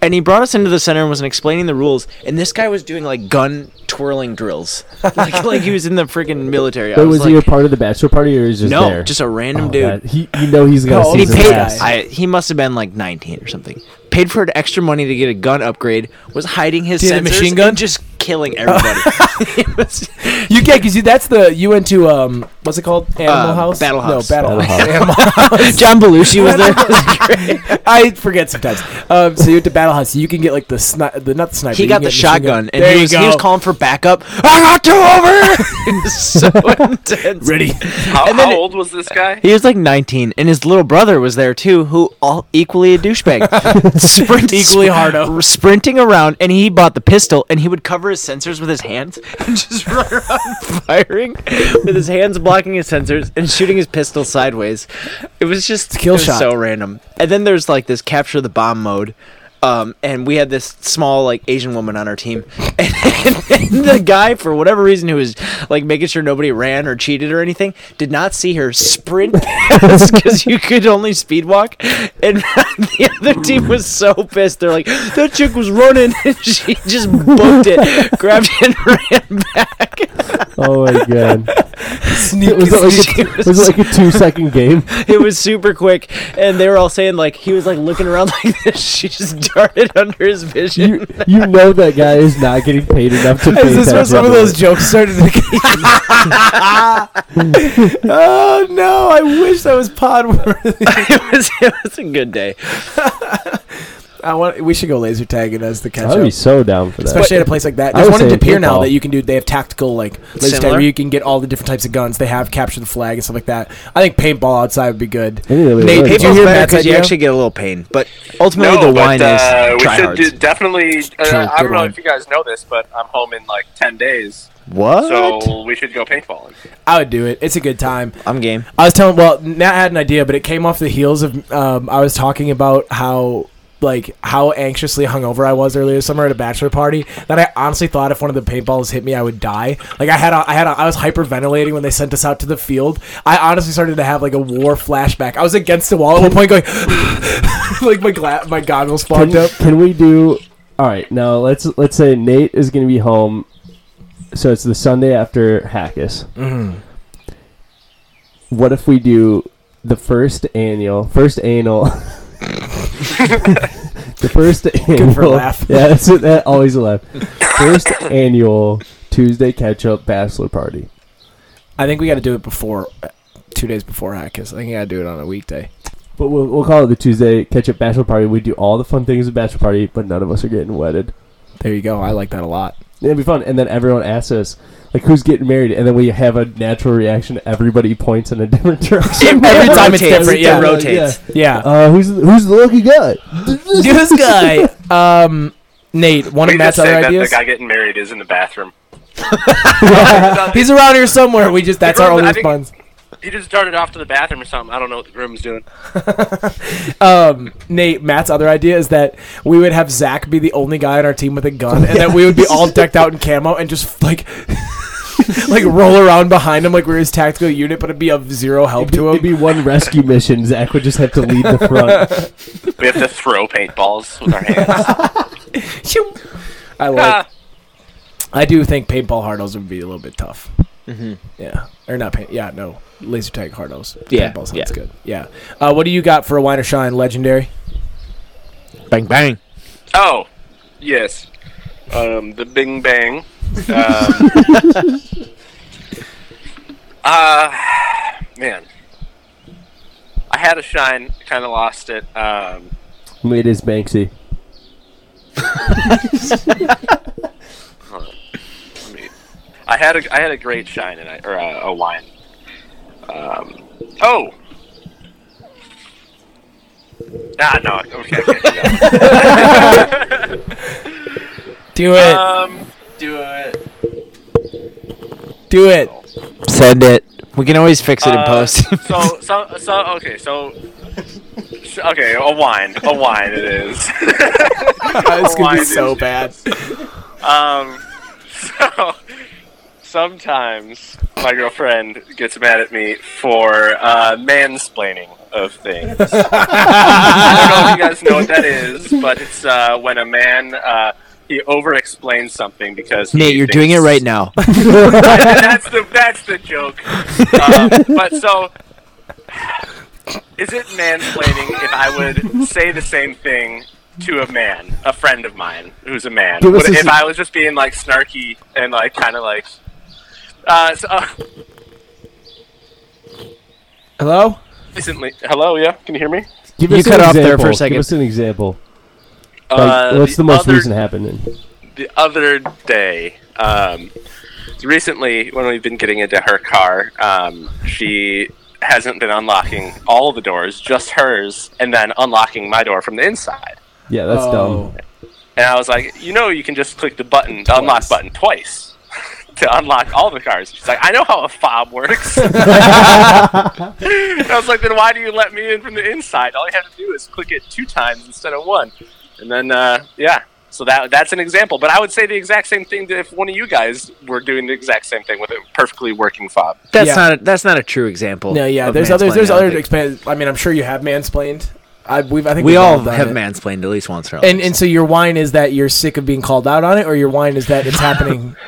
S2: And he brought us into the center and was explaining the rules. And this guy was doing like gun twirling drills, like like he was in the freaking military. I
S4: But
S2: was,
S4: was he a
S2: like,
S4: part of the bachelor party or is he just
S2: no,
S4: there?
S2: just a random
S4: Oh,
S2: dude.
S4: God. He, you know he's gonna
S1: How old
S2: He
S1: is
S4: season
S1: this
S2: paid.
S1: guy?
S4: pass.
S2: I, he must have been like 19 or something. Paid for extra money to get a gun upgrade. Was hiding his
S1: Did he
S2: sensors
S1: have a machine
S2: and
S1: gun?
S2: just killing everybody. It was-
S1: You get because you that's the you went to um what's it called Animal
S2: Um,
S1: House
S2: Battle House.
S1: no Battle,
S4: Battle
S1: House,
S4: House.
S1: Animal
S2: John Belushi was there.
S1: I forget sometimes um so you went to Battle House you can get like the sni- the not the sniper
S2: he
S1: you
S2: got
S1: can
S2: the
S1: get machine
S2: shotgun
S1: gun.
S2: and
S1: there
S2: he
S1: you
S2: was,
S1: go
S2: he was calling for backup. I got two over. It was so intense.
S1: ready
S6: How,
S2: And then
S6: how
S2: it-
S6: old was this guy?
S2: He was like 19, and his little brother was there too, who all equally a douchebag, Sprint,
S1: Equally hardo.
S2: sprinting around. And he bought the pistol, and he would cover his sensors with his hands and just run around firing with his hands blocking his sensors and shooting his pistol sideways. It was just
S1: kill
S2: it was
S1: shot.
S2: so random. And then there's like this capture the bomb mode. Um, and we had this small like Asian woman on our team, and, and the guy for whatever reason who was like making sure nobody ran or cheated or anything did not see her sprint past because you could only speed walk, and the other team was so pissed. They're like, that chick was running, and she just booked it, grabbed it, and ran back.
S4: Oh my god.
S1: sneak
S4: was it like
S2: She
S4: a, was it like a two second game?
S2: it was super quick, and they were all saying like he was like looking around like this. She just darted under his vision.
S4: You you know that guy is not getting paid enough to pay
S1: Is this
S4: attention.
S1: where some of those jokes started to Oh no, I wish that was Podworthy.
S2: it was it was a good day.
S1: I want we should go laser tagging as the catch
S4: I'd be
S1: up.
S4: so down for that.
S1: Especially at a place like that.
S4: I
S1: There's
S4: would
S1: one in
S4: say
S1: Depere now
S4: paintball.
S1: that you can do they have tactical like laser tag
S2: Similar?
S1: where you can get all the different types of guns. They have capture the flag and stuff like that. I think paintball outside would be good.
S4: Maybe that'd be
S1: Nate,
S4: really
S1: did you
S4: fun.
S1: hear
S2: better
S1: Matt's
S2: because you
S1: idea?
S2: actually get a little pain, but ultimately
S6: no,
S2: the
S6: but,
S2: wine
S6: uh,
S2: is
S6: we should
S2: tryhards.
S6: do, definitely.
S1: True,
S6: Uh, I
S1: good
S6: don't know
S1: one.
S6: if you guys know this, but I'm home in like ten days,
S2: what?
S6: so we should go paintballing.
S1: I would do it. It's a good time.
S2: I'm game.
S1: I was telling. Well, Nat had an idea, but it came off the heels of. Um, I was talking about how like how anxiously hungover I was earlier this summer at a bachelor party that I honestly thought if one of the paintballs hit me I would die. Like I had a, I had a, I was hyperventilating when they sent us out to the field. I honestly started to have like a war flashback. I was against the wall at one point going like my gla- my goggles fogged
S4: can,
S1: up.
S4: can we do all right now let's let's say nate is going to be home so it's the sunday after hackus
S1: Mm-hmm.
S4: what if we do the first annual first annual the first annual
S1: for a laugh.
S4: yeah that's it that always a laugh first annual tuesday catch up bachelor party
S1: I think we got to do it before uh, two days before Hackers. I think you got to do it on a weekday.
S4: but we'll, we'll call it the tuesday catch up bachelor party we do all the fun things at bachelor party but none of us are getting wedded
S1: There you go. I like that a lot.
S4: It'd be fun. And then everyone asks us, like, who's getting married? And then we have a natural reaction. Everybody points in a different direction.
S1: Every time it's
S2: Rotates.
S1: different, yeah.
S2: It rotates.
S1: Yeah.
S4: Uh, who's who's the lucky guy?
S1: this guy. Um, Nate, one
S6: We
S1: of
S6: just
S1: Matt's
S6: say
S1: other
S6: that
S1: ideas.
S6: the guy getting married is in the bathroom.
S1: He's around here somewhere. We just that's our
S6: girl-
S1: only
S6: I think-
S1: response.
S6: He just darted off to the bathroom or something. I don't know what the groom's doing.
S1: Um, Nate, Matt's other idea is that we would have Zach be the only guy on our team with a gun, and that we would be all decked out in camo and just like, like roll around behind him like we're his tactical unit, but it'd be of zero help to
S4: It'd
S1: him.
S4: be one rescue mission. Zach would just have to lead the front.
S6: We have to throw paintballs with our hands.
S1: Shoo. I like.
S6: Ah,
S1: I do think paintball hardos would be a little bit tough.
S2: Mm-hmm.
S1: Yeah, or not paint. Yeah, no laser tag hardos.
S2: Yeah,
S1: paintball sounds
S2: yeah.
S1: good. Yeah. Uh, what do you got for a wine or shine legendary?
S2: Bang bang.
S6: oh, yes. Um, the Bing Bang. Um, uh, man, I had a shine, kind of lost it. Um,
S4: it is Banksy.
S6: let me- I had a I had a great shine and I or uh, a, a wine. Um, oh. Ah no. Okay. I can't do
S1: Do
S6: that.
S1: it.
S6: Um, do it.
S1: do it.
S2: Send it. We can always fix it in
S6: Uh,
S2: post.
S6: so, so, so, okay, so, so- okay, a wine, a wine it is.
S1: It's gonna be
S6: Wine,
S1: so
S6: dude.
S1: bad.
S6: Um, so sometimes my girlfriend gets mad at me for uh, mansplaining of things. I don't know if you guys know what that is, but it's uh, when a man uh, he over-explains something because he
S2: Nate, you're doing it
S6: thinks-
S2: right now.
S6: that's the that's the joke. Um, but so, is it mansplaining if I would say the same thing to a man, a friend of mine who's a man?
S4: Give us
S6: Would-
S4: a
S6: if
S4: s-
S6: I was just being like snarky and like kind of like, uh, so, uh,
S1: Hello.
S6: recently, hello, yeah, can you hear me?
S4: Give
S2: You
S4: us an
S2: cut off there for a
S4: example.
S2: second.
S4: Give us an example.
S6: Uh,
S4: Like, what's the, most
S6: other-
S4: recent happening?
S6: the other day, um, recently when we've been getting into her car, um, she hasn't been unlocking all the doors, just hers, and then unlocking my door from the inside.
S4: Yeah, that's
S1: Oh.
S4: dumb.
S6: And I was like, you know, you can just click the button, the unlock button twice. To unlock all the cars, she's like, "I know how a fob works." And I was like, "Then why do you let me in from the inside? All you have to do is click it two times instead of one." And then, uh, yeah, so that that's an example. But I would say the exact same thing that if one of you guys were doing the exact same thing with a perfectly working fob.
S2: That's
S1: Yeah.
S2: not a, that's not a true example.
S1: No, yeah.
S2: of
S1: There's others. There's
S2: mansplaining, I don't
S1: other.
S2: think.
S1: Expan- I mean, I'm sure you have mansplained. I we've. I think
S2: We
S1: we've
S2: all
S1: done
S2: have
S1: it.
S2: mansplained at least once. Or
S1: And and so your wine is that you're sick of being called out on it, or your wine is that it's happening.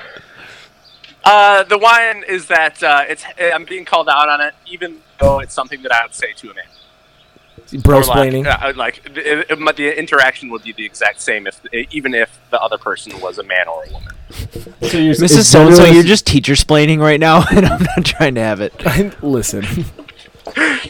S6: Uh, the wine is that uh, it's I'm being called out on it, even though it's something that I would say to a man. Or
S1: Brosplaining.
S6: Like, uh, like it, it, might- the interaction would be the exact same if e, even if the other person was a man or a woman.
S4: So you're,
S2: Mrs. So and So, you're just teacher splaining right now, and I'm not trying to have it.
S1: Listen,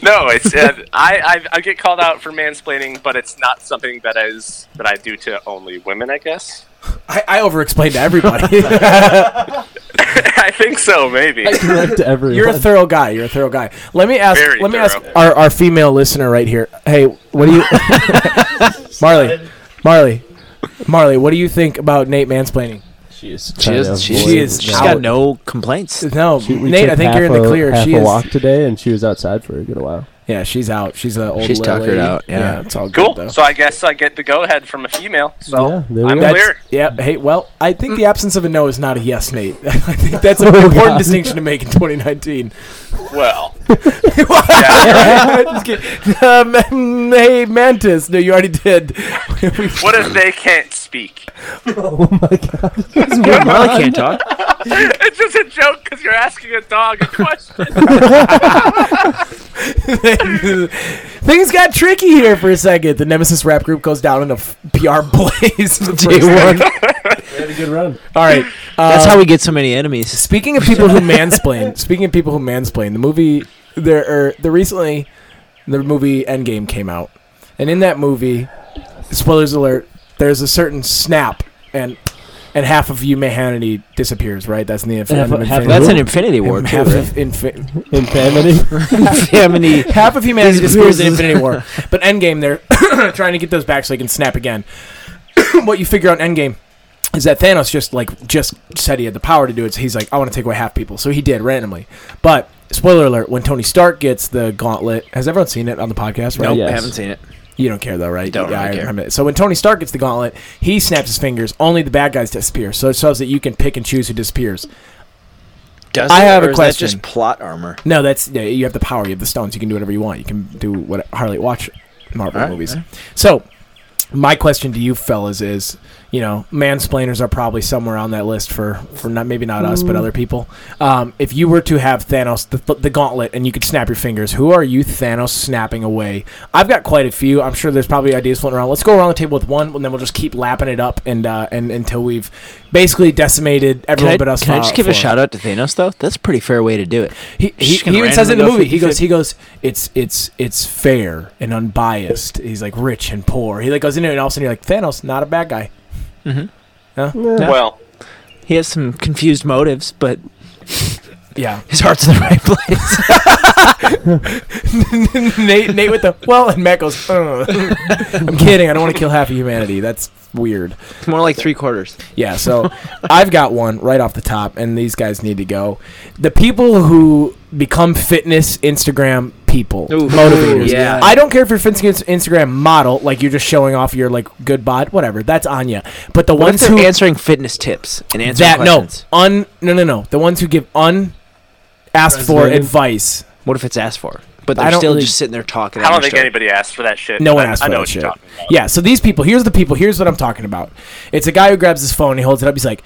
S6: No, it's uh, I, I I get called out for mansplaining, but it's not something that is that I do to only women. I guess.
S1: I, I over-explained to everybody.
S6: I think so, maybe.
S4: direct to everyone.
S1: you're a thorough guy. You're a thorough guy. Let me ask.
S6: Very
S1: let me
S6: thorough.
S1: ask our, our female listener right here. Hey, what do you, Marley? Marley, Marley, what do you think about Nate mansplaining?
S4: she is.
S2: She
S4: trying to
S2: is, she's,
S1: she
S4: avoid
S1: is
S2: she's
S1: out.
S2: got no complaints.
S1: No,
S4: She- we
S1: Nate,
S4: took
S1: I think
S4: half
S1: you're in the
S4: a-
S1: clear.
S4: Half
S1: She
S4: a
S1: is.
S4: walk today, and she was outside for a good while.
S1: Yeah, she's out. She's an old.
S2: She's
S1: little
S2: tuckered
S1: lady.
S2: out, yeah.
S1: it's all
S6: cool.
S1: good though.
S6: So I guess I get the go ahead from a female. So
S4: Yeah, there we
S6: I'm
S4: go.
S1: That's-
S6: clear.
S1: Yeah. Hey. Well, I think the absence of a no is not a yes, Nate. I think that's an
S4: Oh,
S1: important
S4: God.
S1: distinction to make in 2019.
S6: Well,
S1: Just kidding. Um, hey, Mantis. No, you already did. We-
S6: what if they can't speak?
S4: Oh my god!
S2: Marley can't talk.
S6: It's just a joke because you're asking a dog a question.
S1: Things got tricky here for a second. The Nemesis rap group goes down in a f- PR blaze. for the first time.
S4: had a good run.
S1: All right.
S2: That's
S1: um,
S2: how we get so many enemies.
S1: Speaking of people who mansplain, speaking of people who mansplain, the movie there er, the recently the movie Endgame came out, and in that movie, spoilers alert, there's a certain snap and and half of humanity disappears. Right, that's in the
S4: Half-
S1: infinite.
S4: half-
S2: That's an Infinity War
S1: half,
S2: too.
S1: of infi-
S4: In family,
S2: How many?
S1: half of humanity
S2: This-
S1: disappears in
S2: this is-
S1: Infinity War, but Endgame they're trying to get those back so they can snap again. what you figure out in Endgame is that Thanos just like just said he had the power to do it. So he's like, I want to take away half people. So he did randomly. But Spoiler alert: When Tony Stark gets the gauntlet, has everyone seen it on the podcast? Right?
S2: Nope,
S4: Yes.
S2: I haven't seen it.
S1: You don't care though, right?
S2: Don't
S1: yeah,
S2: really
S1: I
S2: care.
S1: remember it. So when Tony Stark gets the gauntlet, he snaps his fingers. Only the bad guys disappear. So it shows that you can pick and choose who disappears.
S2: Does
S1: I
S2: it,
S1: have a
S2: or is that
S1: question.
S2: just plot armor?
S1: No, that's yeah, you have the power. You have the stones. You can do whatever you want. You can do what hardly watch Marvel
S2: All right,
S1: movies.
S2: all right.
S1: So, my question to you fellas is, you know, mansplainers are probably somewhere on that list for for not maybe not us
S2: Mm.
S1: but other people. Um, if you were to have Thanos the, the gauntlet and you could snap your fingers, who are you Thanos snapping away? I've got quite a few. I'm sure there's probably ideas floating around. Let's go around the table with one, and then we'll just keep lapping it up and uh, and until we've basically decimated
S2: Can
S1: everyone
S2: I,
S1: but us.
S2: can I just give a
S1: shout
S2: shout out to Thanos though? That's a pretty fair way to do it.
S1: he, he,
S2: Just gonna
S1: he even says it in the
S2: randomly
S1: movie. He goes,
S2: go 50.
S1: he goes, it's it's it's fair and unbiased. He's like rich and poor. He like goes in there and all of a sudden you're like Thanos, not a bad guy.
S6: Well,
S2: He has some confused motives, but
S1: Yeah,
S2: his heart's in the right place.
S1: Nate Nate with the well, and Matt goes, "Ugh." I'm kidding. I don't want to kill half of humanity. That's weird.
S2: It's more like three quarters.
S1: Yeah, so I've got one right off the top, and these guys need to go. The people who become fitness Instagram people,
S2: Ooh.
S1: motivators.
S2: Ooh, yeah.
S1: I don't care if you're fitness Instagram model, like you're just showing off your like good bod, whatever. That's Anya. But the
S2: What if
S1: ones
S2: they're
S1: who
S2: answering fitness tips and answering
S1: that
S2: questions?
S1: no un no no no the ones who give un asked for
S4: Resume.
S1: advice.
S2: What if it's asked for? But
S1: I
S2: they're
S1: don't
S2: still
S1: really-
S2: just sitting there talking.
S6: I
S2: on
S6: don't
S2: their
S6: think
S2: story.
S6: anybody asked for that shit.
S1: No one
S6: but
S1: asked
S6: I
S1: for
S6: know
S1: that
S6: what
S1: shit.
S6: you're talking about.
S1: Yeah, so these people. Here's the people. Here's what I'm talking about. It's a guy who grabs his phone. He holds it up. He's like,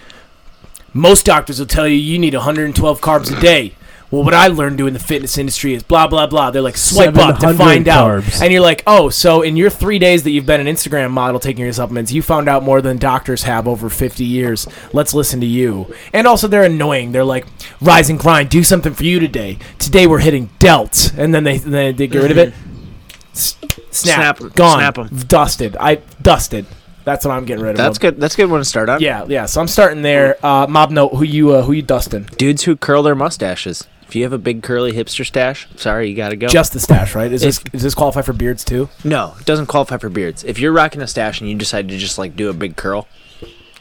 S1: most doctors will tell you you need 112 carbs a day. Well, what I learned doing the fitness industry is blah blah blah. They're like swipe up to
S4: 700
S1: find
S4: carbs.
S1: out, and you're like, oh, so in your three days that you've been an Instagram model taking your supplements, you found out more than doctors have over 50 years. Let's listen to you. And also, they're annoying. They're like, rise and grind, do something for you today. Today we're hitting delts, and then they then they get rid of it. S- snap,
S2: Snap 'em.
S1: gone,
S2: Snap 'em.
S1: dusted. I dusted. That's what I'm getting rid of.
S2: That's good. That's a good one to start on.
S1: Yeah, yeah. So I'm starting there. Uh, Mob note, who you uh, who you dusting?
S2: Dudes who curl their mustaches. If you have a big curly hipster stash, sorry, you gotta go.
S1: Just the stash, right? Is this is this qualify for beards too?
S2: no, it doesn't qualify for beards. If you're rocking a stash and you decide to just like do a big curl,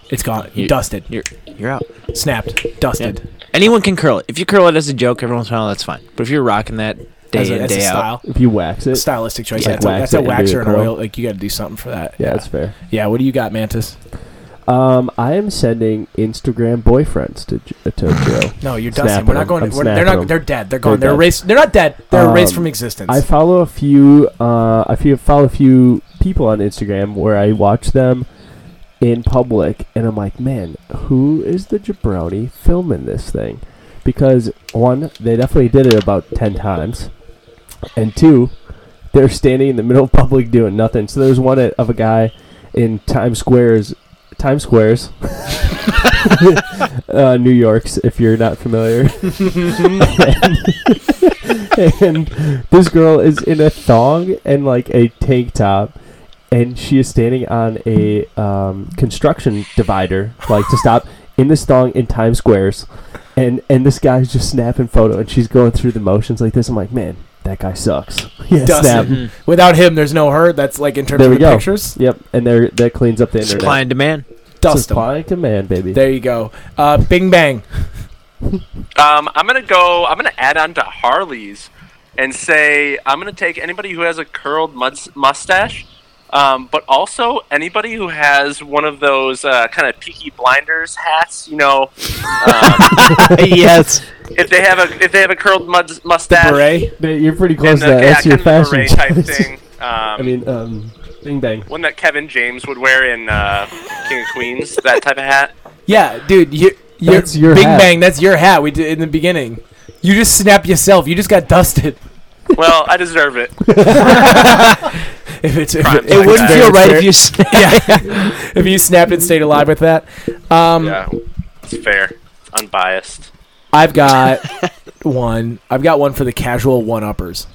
S1: It's gone.
S2: You-
S1: dusted.
S2: you're you're out.
S1: snapped. Dusted.
S2: Anyone can curl it. If you curl it as a joke every once in a while, that's fine. But if you're rocking that day
S1: As a,
S2: in
S1: as a
S2: day out,
S1: style.
S4: If you wax it,
S1: Stylistic choice.
S4: Yeah,
S1: that's, a,
S4: wax
S1: that's a
S4: it and
S1: wax
S4: do
S1: or
S4: a
S1: an
S4: curl.
S1: oil. Like you got to do something for that. Uh,
S4: yeah, that's fair.
S1: Yeah, What do you got, Mantis?
S4: Um, I am sending Instagram boyfriends to J- uh, to Joe.
S1: No, you're dusting.
S4: Snapping
S1: we're not
S4: them.
S1: going.
S4: I'm
S1: we're, they're
S4: snapping
S1: not.
S4: them.
S1: They're dead. They're gone. They're,
S4: They're dead.
S1: erased. They're not dead. They're erased
S4: Um,
S1: from existence.
S4: I follow a few. Uh, I few follow a few people on Instagram where I watch them in public, and I'm like, man, who is the jabroni filming this thing? Because one, they definitely did it about ten times, and two, they're standing in the middle of public doing nothing. So there's one of a guy in Times Square's Times Squares, uh, New York's. If you're not familiar, and this girl is in a thong and like a tank top and she is standing on a um, construction divider like to stop in this thong in times squares and and this guy's just snapping photo and she's going through the motions like this i'm like man that guy sucks yeah
S1: Dusted.
S4: snap
S1: Without him, there's no her. That's like in terms
S4: There
S1: of
S4: we
S1: the
S4: go.
S1: pictures.
S4: yep and there that cleans up the internet
S2: supply and demand.
S1: Dust them.
S4: supply and command baby
S1: There you go. Uh, Bing bang.
S6: Um, I'm gonna go. I'm gonna add on to Harley's and say I'm gonna take anybody who has a curled mus- mustache, um, but also anybody who has one of those uh, kind of Peaky Blinders hats. You know, um,
S2: yes.
S6: if they have a if they have a curled mud- mustache,
S1: Beret.
S4: Mate, you're pretty
S6: and
S4: close
S6: the,
S4: to that
S6: yeah,
S4: that's your
S6: kind of a
S4: fashion
S6: beret type
S4: choice.
S6: thing. Um,
S4: i mean um bing bang
S6: one that Kevin James would wear in uh, King of Queens, that type of hat.
S1: Yeah, dude, you, you
S4: That's your
S1: Bing
S4: hat.
S1: Bang. That's your hat. We did in the beginning. You just snapped yourself. You just got dusted.
S6: Well, I deserve it.
S1: If it's, if
S6: Prime
S1: it,
S6: time.
S1: it wouldn't feel right if you
S2: snap.
S1: yeah if you snapped and stayed alive with that. Um,
S6: Yeah, it's fair, It's unbiased.
S1: I've got one. I've got one for the casual one uppers.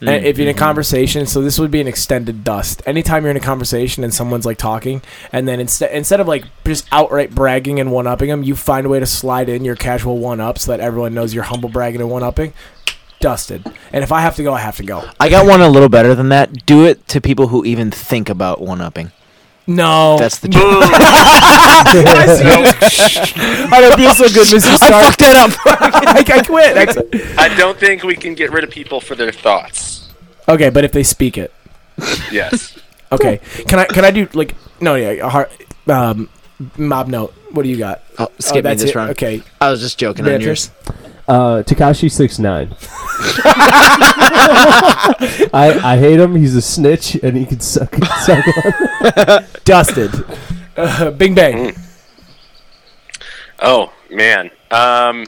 S1: If you're in a conversation, so this would be an extended dust. Anytime you're in a conversation and someone's like talking, and then instead instead of like just outright bragging and one upping them, you find a way to slide in your casual one up so that everyone knows you're humble bragging and one upping. Dusted. And if I have to go, I have to go.
S2: I got one a little better than that. Do it to people who even think about one upping.
S1: No.
S2: That's the joke.
S1: I don't feel so good, Mrs. Stark. I fucked that up. I, quit. That's-
S6: I don't think we can get rid of people for their thoughts.
S1: Okay, but if they speak it.
S6: Yes.
S1: Okay. Can I can I do like no yeah a hard, um mob note. What do you got?
S2: Oh, skip me
S1: that's
S2: this
S1: it.
S2: round.
S1: Okay.
S2: I was just joking on yours.
S1: Beatrice.
S4: Uh, Takashi six nine. I I hate him. He's a snitch, and he can suck. suck on.
S1: Dusted. Uh, Bing
S2: Mm.
S1: Bang.
S6: Oh man, um,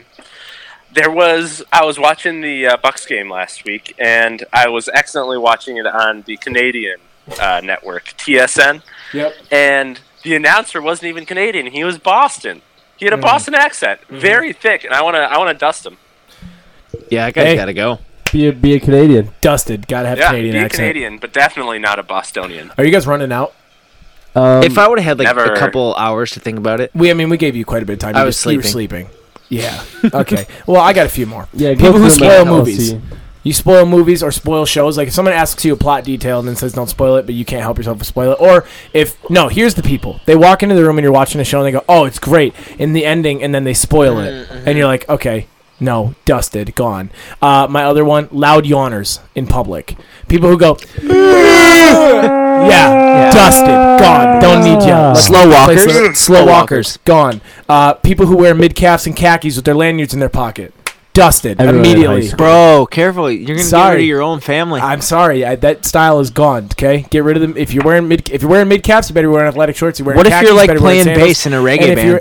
S6: there was. I was watching the uh, Bucks game last week, and I was accidentally watching it on the Canadian uh, network TSN.
S1: Yep.
S6: And the announcer wasn't even Canadian; he was Boston. He
S2: Hmm.
S6: had a Boston accent, very thick, and I want to. I want to dust him.
S2: Yeah, I gotta,
S1: Hey.
S2: gotta go.
S4: Be a, be a Canadian.
S1: Dusted. Gotta have
S6: Yeah,
S1: Canadian
S6: be a
S1: accent.
S6: Canadian, but definitely not a Bostonian.
S1: Are you guys running out?
S4: Um,
S2: if I would have had like
S6: never-
S2: a couple hours to think about it,
S1: We I mean we gave you quite a bit of time.
S2: I
S1: You
S2: was
S1: just- you were sleeping. Yeah. Okay. well, I got a few more.
S4: yeah, go
S1: People who
S4: through them
S1: spoil
S4: and I'll
S1: movies.
S4: see.
S1: You spoil movies or spoil shows. Like if someone asks you a plot detail and then says don't spoil it, but you can't help yourself but spoil it. Or if no, here's the people. They walk into the room and you're watching a show and they go, "Oh, it's great," in the ending, and then they spoil it,
S2: Mm-hmm.
S1: and you're like, "Okay." No, dusted, gone. Uh, my other one, loud yawners in public. People who go, yeah, dusted, gone. Don't need you. Let's
S2: Ah. Slow
S1: go play
S2: walkers.
S1: some- slow
S2: Slow
S1: walkers, gone. Uh, people who wear mid caps and khakis with their lanyards in their pocket, dusted
S4: Everyone in high
S1: immediately.
S4: school.
S2: bro, careful. You're gonna get rid
S1: Sorry.
S2: of your own family.
S1: I'm sorry, I, that style is gone. Okay, get rid of them. If you're wearing mid, if you're wearing mid caps, you better wear athletic shorts. You wear.
S2: What if
S1: khakis,
S2: you're,
S1: you
S2: like,
S1: better wear
S2: playing
S1: sandals.
S2: bass in a reggae
S1: And if
S2: band?
S1: you're-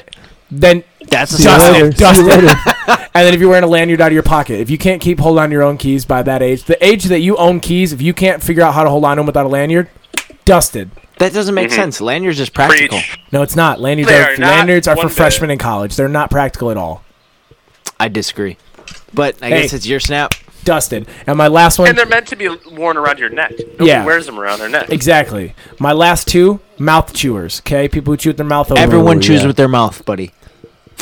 S1: Then
S2: That's a
S4: See you
S1: Dusted.
S4: later. See you
S1: Dusted.
S4: later.
S1: and then if you're wearing a lanyard out of your pocket, if you can't keep hold on to your own keys by that age, the age that you own keys, if you can't figure out how to hold on to them without a lanyard, dusted.
S2: That doesn't make sense. Lanyard's just practical.
S6: Mm-hmm. Preach.
S1: No, it's not. Lanyards
S6: They
S1: are,
S6: are not
S1: lanyards are for
S6: one bit.
S1: freshmen in college. They're not practical at all.
S2: I disagree. But I
S1: Hey.
S2: guess it's your snap.
S1: Dusted. And my last one.
S6: And they're meant to be worn around your neck. Nobody
S1: Yeah.
S6: wears them around their neck.
S1: Exactly. My last two mouth chewers. Okay, people who chew with their mouth open.
S2: Everyone chews
S4: yeah.
S2: with their mouth, buddy.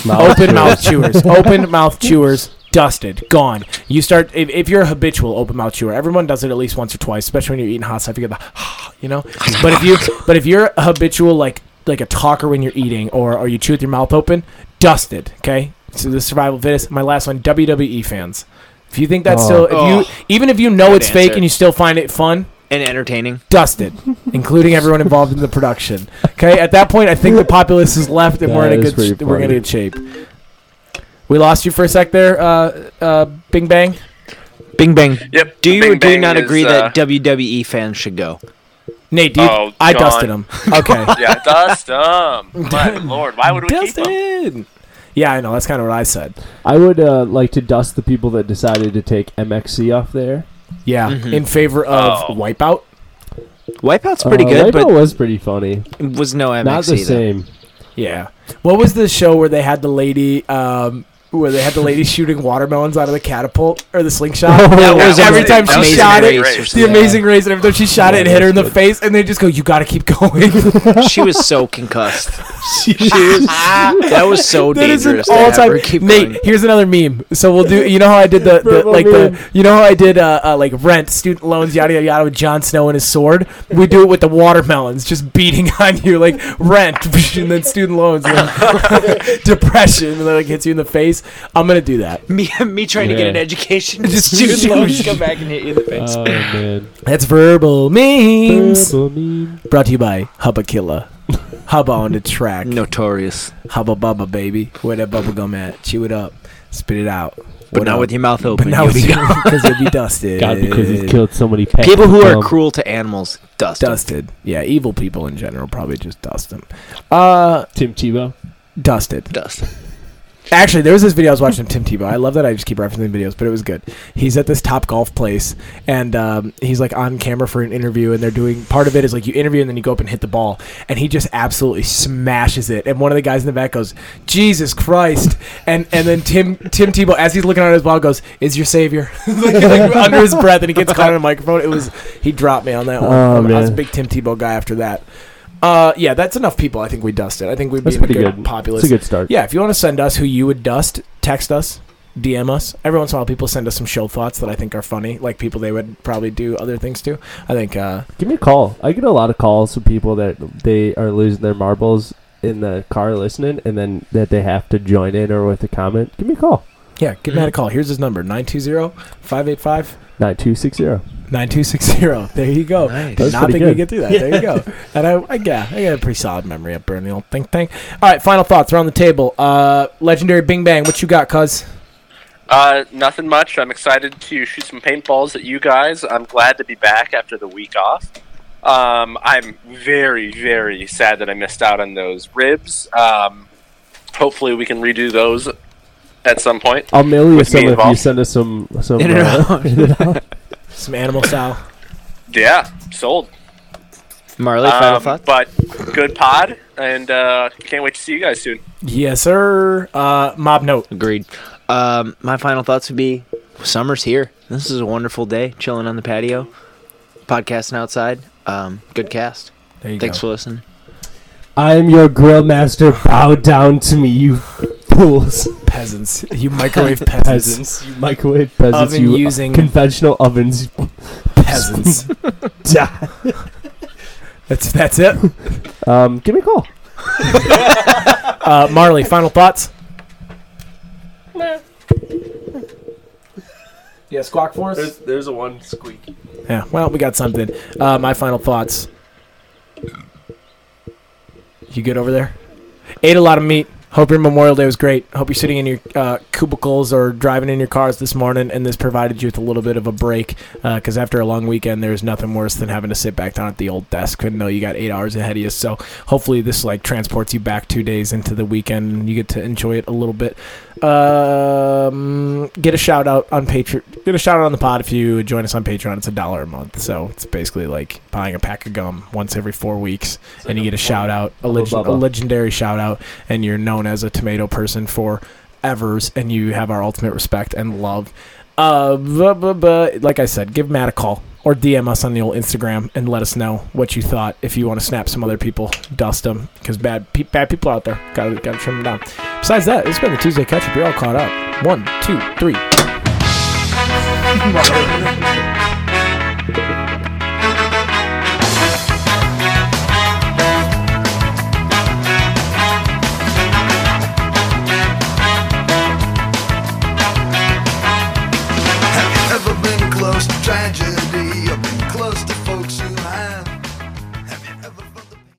S1: open mouth chewers. Open mouth chewers. Dusted, gone. You start if, if you're a habitual open mouth chewer. Everyone does it at least once or twice, especially when you're eating hot stuff. You get the, you know. But if you but if you're a habitual like like a talker when you're eating or or you chew with your mouth open, dusted. Okay. So the survival of fittest. My last one. WWE fans. If you think that's still, if
S2: Oh.
S1: you even if you know
S2: Good
S1: it's fake
S2: answer.
S1: and you still find it fun,
S2: And entertaining.
S1: dusted, including everyone involved in the production. Okay, at that point, I think the populace is left, and we're
S4: That
S1: in a
S4: is
S1: good sh-
S4: pretty
S1: we're in a
S4: funny.
S1: good shape. We lost you for a sec there, uh, uh, Bing Bang.
S2: Bing bang.
S6: Yep.
S2: Do you
S6: Bing
S2: or do you
S6: bang
S2: not
S6: is,
S2: agree
S6: uh,
S2: that WWE fans should go?
S1: Nate, do you,
S6: Oh,
S1: I
S6: gone.
S1: dusted him. Okay,
S6: yeah, dust them. My lord, why would we keep them?
S1: dusted. Yeah, I know. That's kind of what I said.
S4: I would uh, like to dust the people that decided to take MXC off there.
S1: Yeah,
S4: Mm-hmm.
S1: in favor of
S6: Oh.
S1: Wipeout.
S2: Wipeout's pretty
S4: Uh,
S2: good,
S4: Wipeout
S2: but
S4: was pretty funny.
S2: it was no MXC.
S4: Not the
S2: though.
S4: same.
S1: Yeah. What was the show where they had the lady? Um, where they had the lady shooting watermelons out of the catapult or the slingshot.
S2: That
S1: Yeah,
S2: was
S1: every time she
S2: Amazing
S1: shot it,
S2: Race or
S1: the
S2: something.
S1: amazing race, and every time she shot it, it hit her in the face, and they just go, "You got to keep going."
S2: She was so concussed. she was, that was so
S1: that is an
S2: dangerous. to have
S1: all-time.
S2: her keep
S1: Nate,
S2: going.
S1: here's another meme. So we'll do. You know how I did the, the
S4: Purple
S1: like
S4: meme.
S1: the. You know how I did uh, uh like rent, student loans, yada yada yada with Jon Snow and his sword. We do it with the watermelons, just beating on you like rent, and then student loans, and then depression, and then like hits you in the face. I'm gonna do that.
S2: me, me trying to get
S4: Yeah.
S2: an education.
S1: Just-
S2: Just student loans come back and hit you in the face.
S4: Oh man.
S1: That's verbal memes.
S4: Purple meme.
S1: Brought to you by Hubba Killa. Hubba on the track.
S2: Notorious,
S1: Hubba Bubba, baby. Where that bubble gum at? Chew it up. Spit it out.
S2: but
S1: What
S2: not
S1: up?
S2: with your mouth
S1: But
S2: open.
S1: now
S2: You'll
S1: it's
S2: be gone.
S1: because you'll be dusted.
S4: God, because he's killed so many pets.
S2: People who are
S4: Um,
S2: cruel to animals, dust. them.
S1: Dusted. Yeah, evil people in general probably just dust them. Uh,
S4: Tim Tebow.
S1: dusted.
S2: Dust.
S1: Actually, there was this video I was watching of Tim Tebow. I love that I just keep referencing videos, but it was good. He's at this top golf place, and um, he's like on camera for an interview, and they're doing part of it is like you interview and then you go up and hit the ball, and he just absolutely smashes it. And one of the guys in the back goes, "Jesus Christ!" and and then Tim Tim Tebow, as he's looking at his ball, goes, "Is your savior?" like, like, under his breath, and he gets caught on a microphone. It was he dropped me on that one.
S4: Oh,
S1: I was a
S4: man.
S1: big Tim Tebow guy after that. Uh, yeah, that's enough people. I think we dusted. I think we'd
S4: That's
S1: be in a
S4: pretty
S1: good,
S4: good.
S1: populace.
S4: It's a good start.
S1: Yeah, if you want to send us who you would dust, text us DM us. Every once in a while, people send us some show thoughts that I think are funny, like people they would probably do other things to. I think uh,
S4: Give me a call. I get a lot of calls from people that they are losing their marbles in the car listening, and then that they have to join in or with a comment. Give me a call.
S1: Yeah, give Matt a call. Here's his number 920 585
S4: Nine two six zero.
S1: 9260. There you go.
S4: That
S1: Did
S4: was
S1: not
S4: pretty
S1: think we could
S4: good.
S1: do that. There you go. And I, I, yeah, I got a pretty solid memory up burning the old thing thing. All right, final thoughts. We're on the table. Uh, legendary Bing Bang, what you got, cuz?
S6: Uh, nothing much. I'm excited to shoot some paintballs at you guys. I'm glad to be back after the week off. Um, I'm very, very sad that I missed out on those ribs. Um, hopefully, we can redo those at some point.
S4: I'll mail you
S6: With
S4: some if
S6: me
S4: you
S6: involved.
S4: send us some some.
S2: In and
S4: uh,
S1: Some animal style.
S6: Yeah, sold.
S2: Marley, final
S6: Um,
S2: thought?
S6: but good pod, and uh, can't wait to see you guys soon.
S1: Yes, sir. Uh, mob note.
S2: Agreed. Um, my final thoughts would be summer's here. This is a wonderful day, chilling on the patio, podcasting outside. Um, good cast.
S1: There you
S2: Thanks
S1: go.
S2: for listening.
S4: I am your grill master. Bow down to me, you fools,
S1: Peasants. You microwave peasants.
S4: peasants, you microwave peasants,
S1: Oven
S4: you
S1: using-
S4: conventional ovens.
S1: Peasants. That's, that's it.
S4: um, give me a call.
S1: Uh, Marley, final thoughts? Yeah, squawk for us.
S7: There's, there's a one squeak.
S1: Yeah, well, we got something. Uh, my final thoughts. You good over there? Ate a lot of meat. Hope your Memorial Day was great. Hope you're sitting in your uh, cubicles or driving in your cars this morning, and this provided you with a little bit of a break. Because after a long weekend, there's nothing worse than having to sit back down at the old desk and know you got eight hours ahead of you. So hopefully, this like transports you back two days into the weekend, and you get to enjoy it a little bit. Um, get a shout out on Patreon. Get a shout out on the pod if you join us on Patreon. It's a dollar a month, so it's basically like buying a pack of gum once every four weeks, and you get a shout out, a, leg-
S4: bubba.
S1: a legendary shout out, and you're known as a tomato person for evers, and you have our ultimate respect and love. Uh, buh, buh, buh. like I said, give Matt a call or DM us on the old Instagram and let us know what you thought. If you want to snap some other people, dust them because bad pe- bad people out there. Gotta gotta trim them down. Besides that, it's been the Tuesday catch up. You're all caught up. One, two, three.